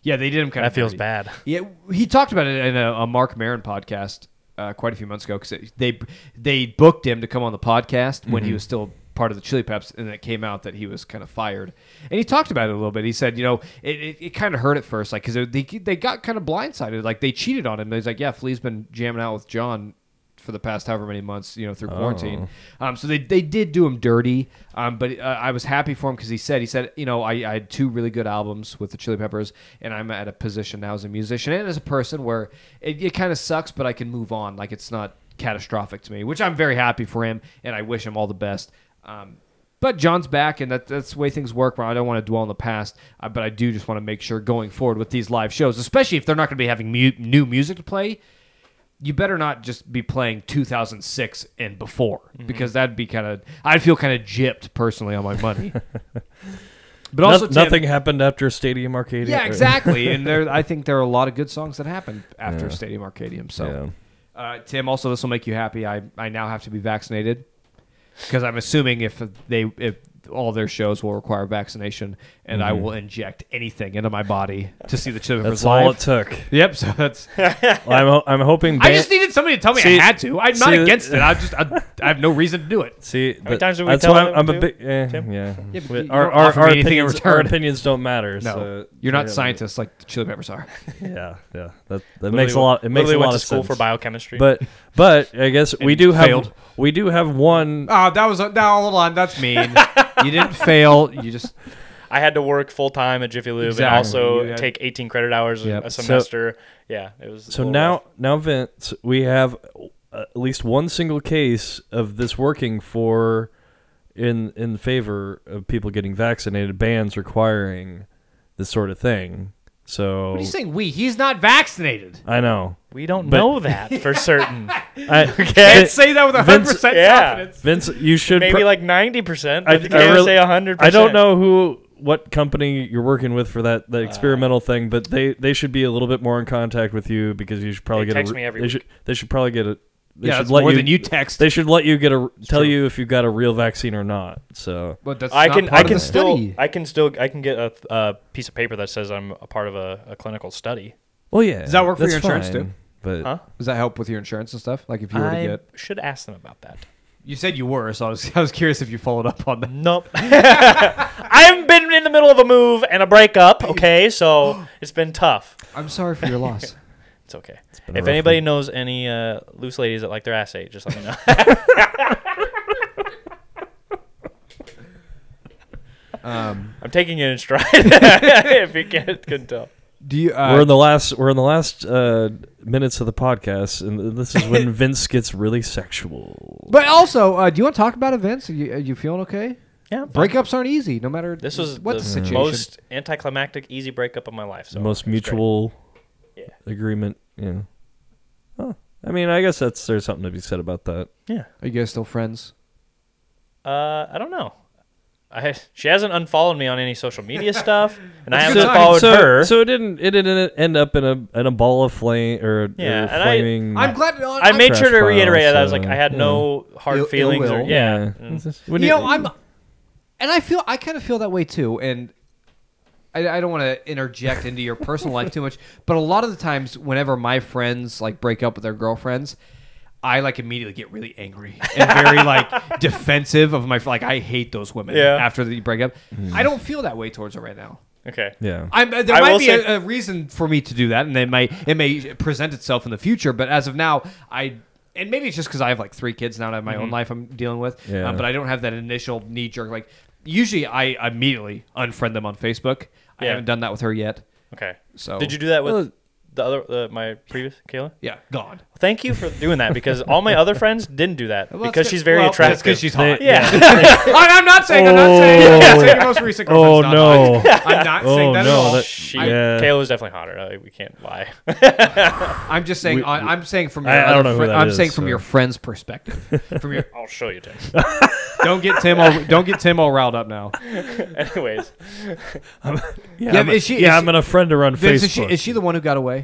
Speaker 2: Yeah, they did him kind
Speaker 3: that
Speaker 2: of.
Speaker 3: feels
Speaker 2: dirty.
Speaker 3: bad.
Speaker 2: Yeah, he talked about it in a, a Mark Maron podcast uh, quite a few months ago because they they booked him to come on the podcast when
Speaker 3: Mm-hmm.
Speaker 2: he was still part of the Chili Peps, and it came out that he was kind of fired. And he talked about it a little bit. He said, you know, it, it, it kind of hurt at first, like because they they got kind of blindsided, like they cheated on him. He's like, yeah, Flea's been jamming out with John for the past however many months, you know, through quarantine. Um, so they, they did do him dirty. Um, but uh, I was happy for him because he said he said you know I, I had two really good albums with the Chili Peppers, and I'm at a position now as a musician and as a person where it, it kind of sucks, but I can move on. Like it's not catastrophic to me, which I'm very happy for him, and I wish him all the best. Um, but John's back, and that, that's the way things work. But I don't want to dwell on the past, uh, but I do just want to make sure going forward with these live shows, especially if they're not going to be having mu- new music to play you better not just be playing 2006 and before
Speaker 4: Mm-hmm.
Speaker 2: because that'd be kind of I'd feel kind of gypped personally on my money. but
Speaker 4: No-
Speaker 2: also Tim-
Speaker 4: nothing happened after Stadium Arcadia.
Speaker 2: Yeah, exactly. and there, I think there are a lot of good songs that happened after Stadium Arcadium. So, uh, Tim, also this will make you happy. I, I now have to be vaccinated because I'm assuming if they if all their shows will require vaccination, and I will inject anything into my body to see the Chipmunks
Speaker 4: Mm-hmm. That's
Speaker 2: live.
Speaker 4: all it took.
Speaker 2: Yep. So that's.
Speaker 4: I'm, ho- I'm hoping.
Speaker 2: I
Speaker 4: ban-
Speaker 2: just needed somebody to tell me
Speaker 4: See-
Speaker 2: I had to. I'm not
Speaker 4: see-
Speaker 2: against it. I just I, I have no reason to do it.
Speaker 4: See,
Speaker 3: many
Speaker 4: th-
Speaker 3: times did we
Speaker 4: that's
Speaker 3: tell
Speaker 4: why I'm,
Speaker 3: them
Speaker 4: I'm a
Speaker 3: to?
Speaker 4: big yeah,
Speaker 3: Tim?
Speaker 4: yeah.
Speaker 2: Yeah, but
Speaker 4: We-
Speaker 2: you
Speaker 4: our
Speaker 2: don't
Speaker 4: our,
Speaker 2: offer me
Speaker 4: our,
Speaker 2: anything in
Speaker 4: opinions, our
Speaker 2: return.
Speaker 4: opinions don't matter.
Speaker 2: No,
Speaker 4: so,
Speaker 2: you're not
Speaker 4: yeah,
Speaker 2: scientists like the Chili Peppers are.
Speaker 4: Yeah, yeah. That that makes a lot. It makes
Speaker 3: Literally
Speaker 4: a
Speaker 3: went
Speaker 4: lot
Speaker 3: to
Speaker 4: of
Speaker 3: school
Speaker 4: sense.
Speaker 3: for biochemistry.
Speaker 4: But but I guess we
Speaker 2: And
Speaker 4: do have
Speaker 2: failed.
Speaker 4: we do have one.
Speaker 2: Oh, that was a, no. Hold on, that's mean. you didn't fail. You just
Speaker 3: I had to work full time at Jiffy Lube and
Speaker 2: Exactly.
Speaker 3: also
Speaker 2: You had-
Speaker 3: take 18 credit hours
Speaker 2: Yep.
Speaker 3: a
Speaker 4: So-
Speaker 3: semester. yeah, it was. a
Speaker 4: So
Speaker 3: little
Speaker 4: now
Speaker 3: rough.
Speaker 4: now Vince, we have uh, at least one single case of this working for in in favor of people getting vaccinated. Bans requiring this sort of thing. So
Speaker 2: What are you saying? We? He's not vaccinated.
Speaker 4: I know.
Speaker 3: we don't
Speaker 4: but-
Speaker 3: know that for certain.
Speaker 4: I,
Speaker 3: Okay.
Speaker 4: Vin-
Speaker 2: Say that with
Speaker 4: Vince-
Speaker 2: 100 percent
Speaker 3: Yeah.
Speaker 2: confidence.
Speaker 4: Vince, you should
Speaker 3: Maybe
Speaker 4: pro-
Speaker 3: like 90 percent.
Speaker 4: I-
Speaker 3: I,
Speaker 4: I
Speaker 3: can't really,
Speaker 4: really-
Speaker 3: say 100.
Speaker 4: I don't know who what company you're working with for that,
Speaker 3: Uh,
Speaker 4: that experimental thing, but they, they should be a little bit more in contact with you because you should probably
Speaker 3: They
Speaker 4: get
Speaker 3: text
Speaker 4: a, re-
Speaker 3: me every
Speaker 4: they
Speaker 3: week.
Speaker 4: should they should probably get a they
Speaker 2: Yeah,
Speaker 4: should
Speaker 2: that's
Speaker 4: let
Speaker 2: more
Speaker 4: you,
Speaker 2: than you text.
Speaker 4: they should let you get a tell
Speaker 2: true.
Speaker 4: you if you got a real vaccine or not. So
Speaker 2: but that's
Speaker 3: I
Speaker 2: not
Speaker 3: can.
Speaker 2: part
Speaker 3: I
Speaker 2: of
Speaker 3: can
Speaker 2: the
Speaker 3: still.
Speaker 2: study.
Speaker 3: I can still. I can get a, th- a piece of paper that says I'm a part of a, a clinical study.
Speaker 4: well yeah. Does
Speaker 2: that work for your insurance, too?
Speaker 4: But
Speaker 3: Huh?
Speaker 2: Does that help with your insurance and stuff? Like if you were
Speaker 3: I
Speaker 2: to get.
Speaker 3: should ask them about that.
Speaker 2: You said you were, so I was, I was curious if you followed up on that.
Speaker 3: Nope. I haven't been in the middle of a move and a breakup. Okay, so it's been tough.
Speaker 2: I'm sorry for your loss.
Speaker 3: It's okay.
Speaker 4: been a
Speaker 3: If
Speaker 4: rough
Speaker 3: anybody
Speaker 4: one.
Speaker 3: knows any uh, loose ladies that like their ass ate, just let me know.
Speaker 2: Um,
Speaker 3: I'm taking it in stride. if you can't, couldn't tell.
Speaker 2: do you? Uh,
Speaker 4: we're in the last we're in the last uh, minutes of the podcast and this is when Vince gets really sexual.
Speaker 2: but also, uh, do you want to talk about events? Are you, are you feeling okay?
Speaker 3: Yeah.
Speaker 2: Breakups aren't easy, no matter
Speaker 3: This was
Speaker 2: what
Speaker 3: the
Speaker 2: situation.
Speaker 3: most anticlimactic, easy breakup of my life. So
Speaker 4: the most
Speaker 3: it's great.
Speaker 4: mutual
Speaker 3: Yeah.
Speaker 4: agreement, you know. Huh. I mean, I guess that's there's something to be said about that.
Speaker 2: Are you guys still friends?
Speaker 3: Uh, I don't know. I she hasn't unfollowed me on any social media stuff, and I
Speaker 2: That's
Speaker 3: haven't
Speaker 2: good sign.
Speaker 3: unfollowed
Speaker 4: so,
Speaker 3: her.
Speaker 4: So it didn't it didn't end up in a in a ball of flame or,
Speaker 3: Yeah,
Speaker 4: or
Speaker 3: and I-
Speaker 4: flaming.
Speaker 2: I'm glad.
Speaker 3: I made sure to
Speaker 4: Trash pile,
Speaker 3: reiterate that I was like
Speaker 4: so,
Speaker 3: I had no hard
Speaker 1: Ill- ill
Speaker 3: feelings. or,
Speaker 1: will.
Speaker 3: yeah, Mm.
Speaker 4: It's just- when
Speaker 2: you, know, I'm, and I feel I kind of feel that way too. And I, I don't want to interject into your personal life too much, but a lot of the times, whenever my friends like break up with their girlfriends, I like immediately get really angry and very like defensive of my like I hate those women
Speaker 3: Yeah.
Speaker 2: after the break up. I don't feel that way towards her right now.
Speaker 3: okay.
Speaker 4: yeah.
Speaker 2: I'm, uh, there
Speaker 3: I will
Speaker 2: might be
Speaker 3: say-
Speaker 2: a, a reason for me to do that, and it may it may present itself in the future. But as of now, I and maybe it's just because I have like three kids now and I have my own life I'm dealing with.
Speaker 4: Mm-hmm. Yeah.
Speaker 2: Um, but I don't have that initial knee jerk. Like usually, I immediately unfriend them on Facebook. I
Speaker 3: Yeah.
Speaker 2: haven't done that with her yet.
Speaker 3: Okay.
Speaker 2: So
Speaker 3: Did you do that with
Speaker 4: Well-
Speaker 3: the other uh, my previous Kayla?
Speaker 2: Yeah, gone.
Speaker 3: Thank you for doing that because all my other friends didn't do that
Speaker 2: that's
Speaker 3: because
Speaker 2: good.
Speaker 3: she's very
Speaker 2: Well,
Speaker 3: attractive.
Speaker 2: That's because she's hot.
Speaker 4: They-
Speaker 3: yeah.
Speaker 2: I, am not saying. I'm not saying. I'm not saying your most recent
Speaker 4: Oh
Speaker 2: girlfriend's not
Speaker 4: no.
Speaker 2: hot. I'm not saying
Speaker 4: Oh,
Speaker 2: that
Speaker 4: no,
Speaker 2: at all.
Speaker 4: that-
Speaker 3: she,
Speaker 4: Yeah.
Speaker 3: Kayla's definitely hotter. uh, We can't lie.
Speaker 2: I'm just saying. on, I'm saying from your.
Speaker 4: I- I don't
Speaker 2: other
Speaker 4: know who
Speaker 2: fri-
Speaker 4: that
Speaker 2: I'm
Speaker 4: is,
Speaker 2: saying from
Speaker 4: so.
Speaker 2: your friend's perspective. From your.
Speaker 3: I'll show you, Tim.
Speaker 2: Don't get Tim all. Don't get Tim all riled up now.
Speaker 3: Anyways,
Speaker 4: yeah,
Speaker 2: Yeah,
Speaker 4: I'm,
Speaker 2: is she-
Speaker 4: yeah,
Speaker 2: is-
Speaker 4: I'm gonna friend her on
Speaker 2: Vince,
Speaker 4: Facebook.
Speaker 2: is she, is she the one who got away?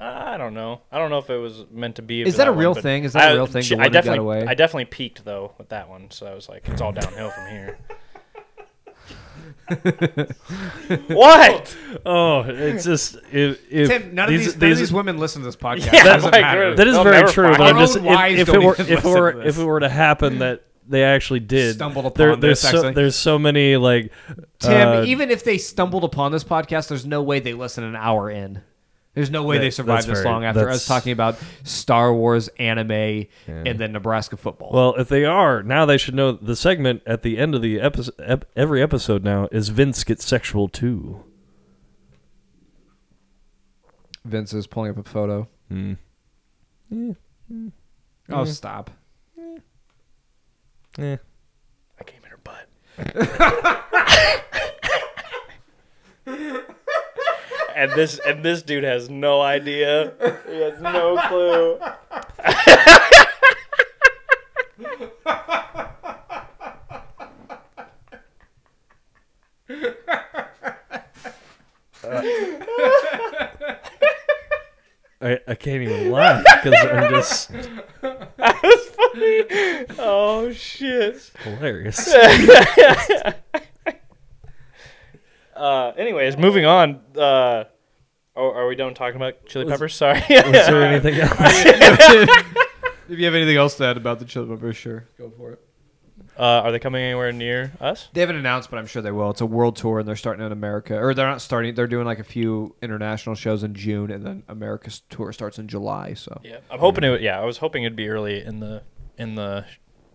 Speaker 3: I don't know. I don't know if it was meant to be.
Speaker 2: Is
Speaker 3: for
Speaker 2: that a
Speaker 3: one,
Speaker 2: real
Speaker 3: but
Speaker 2: thing? Is that a
Speaker 3: I-
Speaker 2: real thing,
Speaker 3: she-
Speaker 2: the
Speaker 3: I
Speaker 2: one that got
Speaker 3: definitely,
Speaker 2: away?
Speaker 3: I definitely peaked though with that one, so I was like, it's all downhill from here. what?
Speaker 4: oh, it's just if, if
Speaker 2: Tim, none, of, these, none of these women listen to this podcast.
Speaker 3: Yeah,
Speaker 2: It doesn't
Speaker 3: like,
Speaker 2: matter.
Speaker 4: that is
Speaker 3: They'll
Speaker 4: very
Speaker 3: never
Speaker 4: true.
Speaker 3: find
Speaker 4: But
Speaker 2: it.
Speaker 4: I'm
Speaker 2: Our
Speaker 4: just
Speaker 2: own
Speaker 4: if,
Speaker 2: wives
Speaker 4: if it
Speaker 2: don't
Speaker 4: were
Speaker 2: even
Speaker 4: if it
Speaker 2: listen
Speaker 4: were
Speaker 2: to
Speaker 4: if
Speaker 2: this.
Speaker 4: it were to happen that they actually did
Speaker 2: Stumbled upon
Speaker 4: there,
Speaker 2: this,
Speaker 4: there's so,
Speaker 2: actually.
Speaker 4: there's so many like
Speaker 2: Tim,
Speaker 4: uh,
Speaker 2: even if they stumbled upon this podcast, there's no way they listen an hour in. There's no way
Speaker 4: That-
Speaker 2: they survived
Speaker 4: that's
Speaker 2: this
Speaker 4: very-
Speaker 2: long after
Speaker 4: that's-
Speaker 2: us talking about Star Wars anime and then Nebraska football.
Speaker 4: Well, if they are now, they should know the segment at the end of the episode. Ep- every episode now is Vince gets sexual too.
Speaker 2: Vince is pulling up a photo. Oh, stop.
Speaker 4: Yeah.
Speaker 3: I came in her butt. and this and this dude has no idea. He has no clue.
Speaker 4: I, I can't even laugh because I'm just
Speaker 3: Oh shit.
Speaker 4: hilarious.
Speaker 3: Uh, anyways, moving on. Uh, oh, are we done talking about chili peppers? Sorry.
Speaker 4: Is there anything else?
Speaker 2: If you have anything else to add about the chili peppers, sure, go for it.
Speaker 3: uh, are they coming anywhere near us?
Speaker 2: They haven't announced, but I'm sure they will. It's a world tour, and they're starting in America, or they're not starting. They're doing like a few international shows in June, and then America's tour starts in July. So
Speaker 3: Yeah, I'm hoping it. Yeah, I was hoping it'd be early in the in the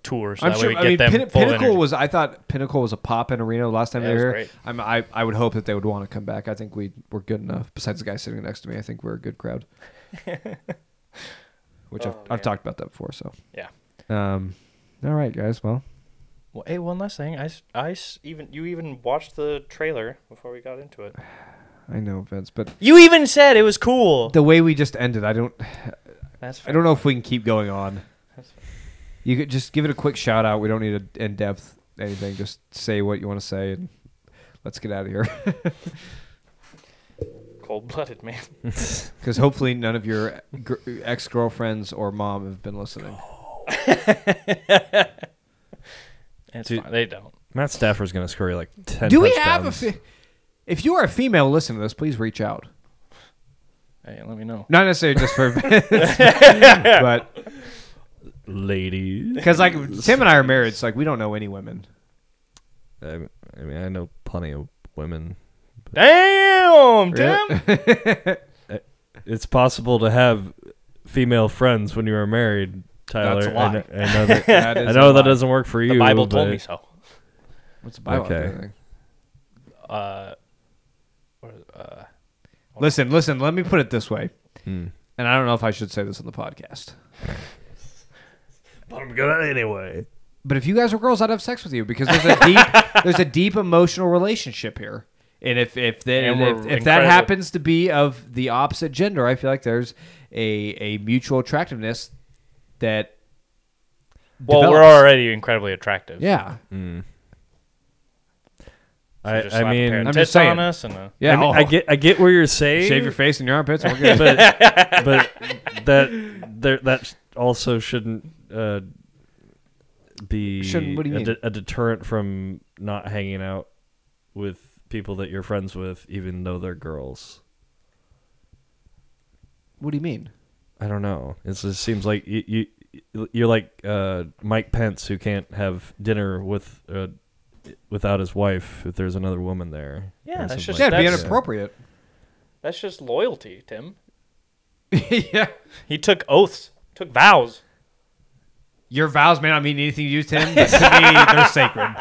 Speaker 3: tour, so
Speaker 2: I'm
Speaker 3: that
Speaker 2: sure.
Speaker 3: way we
Speaker 2: I
Speaker 3: get
Speaker 2: mean,
Speaker 3: them
Speaker 2: Pin-
Speaker 3: full of
Speaker 2: Pinnacle
Speaker 3: energy.
Speaker 2: was. I thought Pinnacle was a pop in arena last time
Speaker 3: Yeah,
Speaker 2: they
Speaker 3: it
Speaker 2: were
Speaker 3: was
Speaker 2: here.
Speaker 3: great.
Speaker 2: I'm, I I would hope that they would want to come back. I think we were good enough. Besides the guy sitting next to me, I think we're a good crowd. Which I've,
Speaker 3: Oh,
Speaker 2: I've
Speaker 3: man.
Speaker 2: talked about that before. So
Speaker 3: Yeah.
Speaker 2: Um. All right, guys. Well,
Speaker 3: Well, hey, one last thing. I, s- I s- even you even watched the trailer before we got into it.
Speaker 2: I know Vince, but
Speaker 3: You even said it was cool.
Speaker 2: the way we just ended, I don't.
Speaker 3: That's fair.
Speaker 2: I don't know if we can keep going on.
Speaker 3: That's fine.
Speaker 2: You could just give it a quick shout out. We don't need a in depth anything. Just say what you want to say and let's get out of here.
Speaker 3: Cold blooded man.
Speaker 2: Because hopefully none of your ex girlfriends or mom have been listening.
Speaker 3: It's
Speaker 4: Dude.
Speaker 3: fine. They don't.
Speaker 4: Matt Stafford's gonna score you like ten.
Speaker 2: Do we have
Speaker 4: touchdowns.
Speaker 2: a? Fe- if you are a female listening to this, please reach out.
Speaker 3: Hey, let me know.
Speaker 2: Not necessarily just for, but
Speaker 4: lady?
Speaker 2: because like Tim and I are married, so like we don't know any women.
Speaker 4: I, I mean, I know plenty of women.
Speaker 3: Damn, Tim.
Speaker 2: Really?
Speaker 4: It's possible to have female friends when you are married, Tyler.
Speaker 2: That's a
Speaker 4: I
Speaker 2: lie.
Speaker 4: kn- I know that,
Speaker 2: That is
Speaker 4: I
Speaker 2: a
Speaker 4: know that
Speaker 2: lie.
Speaker 4: doesn't work for you.
Speaker 3: The Bible told
Speaker 4: but-
Speaker 3: me so.
Speaker 2: What's the Bible?
Speaker 4: Okay.
Speaker 2: Okay.
Speaker 3: Uh, or, uh,
Speaker 2: Listen, listen. Let me put it this way,
Speaker 4: Hmm.
Speaker 2: and I don't know if I should say this on the podcast.
Speaker 4: But I'm gonna anyway.
Speaker 2: But if you guys were girls, I'd have sex with you because there's a deep there's a deep emotional relationship here. And if if the,
Speaker 3: And we're
Speaker 2: if, if that
Speaker 3: incredible.
Speaker 2: happens to be of the opposite gender, I feel like there's a a mutual attractiveness that
Speaker 3: well, we're
Speaker 2: develops.
Speaker 3: already incredibly attractive.
Speaker 2: yeah
Speaker 3: So
Speaker 4: I,
Speaker 3: just slap a
Speaker 4: I mean,
Speaker 3: pair of
Speaker 2: I'm
Speaker 3: tits
Speaker 2: just saying.
Speaker 3: on us and uh,
Speaker 2: yeah.
Speaker 4: I, mean,
Speaker 2: oh,
Speaker 4: I get I get where you're saying.
Speaker 2: shave your face and your armpits. and we're good.
Speaker 4: but but that there that also shouldn't uh, be
Speaker 2: Shouldn't- what do you
Speaker 4: a,
Speaker 2: mean?
Speaker 4: de- a deterrent from not hanging out with people that you're friends with, even though they're girls.
Speaker 2: what do you mean?
Speaker 4: I don't know. It just seems like you, you you're like uh, Mike Pence who can't have dinner with uh, without his wife if there's another woman there.
Speaker 3: Yeah,
Speaker 4: or
Speaker 3: that's
Speaker 4: something
Speaker 3: just-
Speaker 2: Yeah,
Speaker 4: like
Speaker 2: it'd be
Speaker 4: that.
Speaker 3: that's-
Speaker 2: inappropriate.
Speaker 3: that's just loyalty, Tim.
Speaker 2: yeah,
Speaker 3: He took oaths, took vows.
Speaker 2: your vows may not mean anything to you, Tim, but to me they're sacred.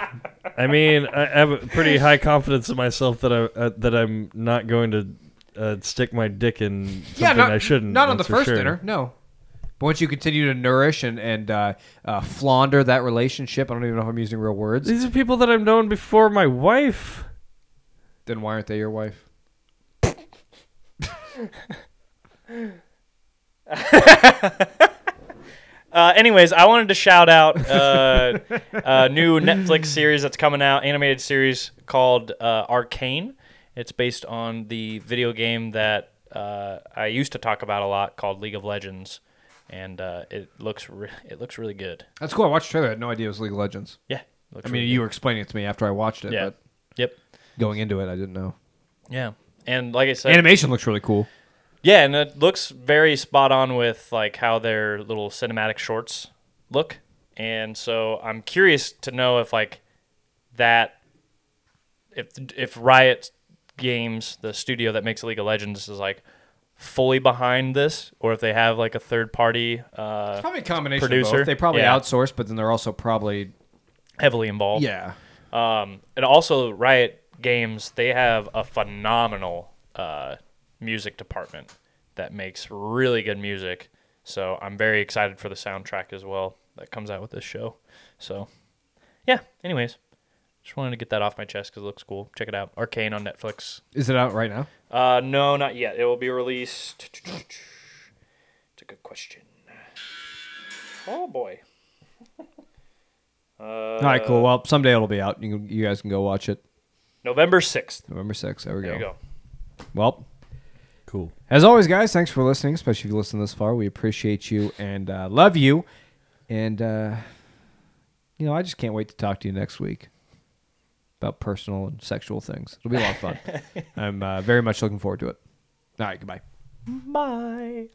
Speaker 4: I mean, I have a pretty high confidence in myself that I uh, that I'm not going to uh, stick my dick in something
Speaker 2: yeah, not,
Speaker 4: I shouldn't.
Speaker 2: Not on the
Speaker 4: that's for
Speaker 2: first
Speaker 4: sure.
Speaker 2: dinner, no. But once you continue to nourish and and uh, uh, launder that relationship, I don't even know if I'm using real words.
Speaker 4: These are people that I've known before my wife.
Speaker 2: Then why aren't they your wife?
Speaker 3: Uh, anyways, I wanted to shout out uh, a new Netflix series that's coming out, animated series called uh, Arcane. It's based on the video game that uh, I used to talk about a lot called League of Legends, and uh, it looks re- it looks really good.
Speaker 2: That's cool. I watched the trailer. I had no idea it was League of Legends.
Speaker 3: Yeah, it looks
Speaker 2: I mean,
Speaker 3: really
Speaker 2: you were explaining it to me after I watched it,
Speaker 3: good. yeah,
Speaker 2: but
Speaker 3: yep,
Speaker 2: going into it, I didn't know.
Speaker 3: yeah, and like I said,
Speaker 2: Animation looks really cool.
Speaker 3: Yeah, and it looks very spot on with like how their little cinematic shorts look. And so I'm curious to know if like that if if Riot Games, the studio that makes League of Legends is like fully behind this or if they have like a third party uh
Speaker 2: Probably a combination of
Speaker 3: Producer?
Speaker 2: both. They probably
Speaker 3: Yeah.
Speaker 2: outsource, but then they're also probably
Speaker 3: heavily involved.
Speaker 2: yeah.
Speaker 3: Um, and also Riot Games, they have a phenomenal uh, music department that makes really good music. So I'm very excited for the soundtrack as well that comes out with this show. So, yeah. Anyways, Just wanted to get that off my chest because it looks cool. Check it out. Arcane on Netflix.
Speaker 2: Is it out right now?
Speaker 3: Uh, no, not yet. It will be released. It's a good question. Oh boy. Uh,
Speaker 2: All right, cool. Well, someday it'll be out. You, can, you guys can go watch it.
Speaker 3: November sixth.
Speaker 2: November 6th. There we
Speaker 3: There you go.
Speaker 2: Well,
Speaker 4: Cool.
Speaker 2: As always, guys, thanks for listening, especially if you listened this far. We appreciate you and uh, love you. And, uh, you know, I just can't wait to talk to you next week about personal and sexual things. It'll be a lot of fun. I'm uh, very much looking forward to it. All right, goodbye.
Speaker 4: Bye.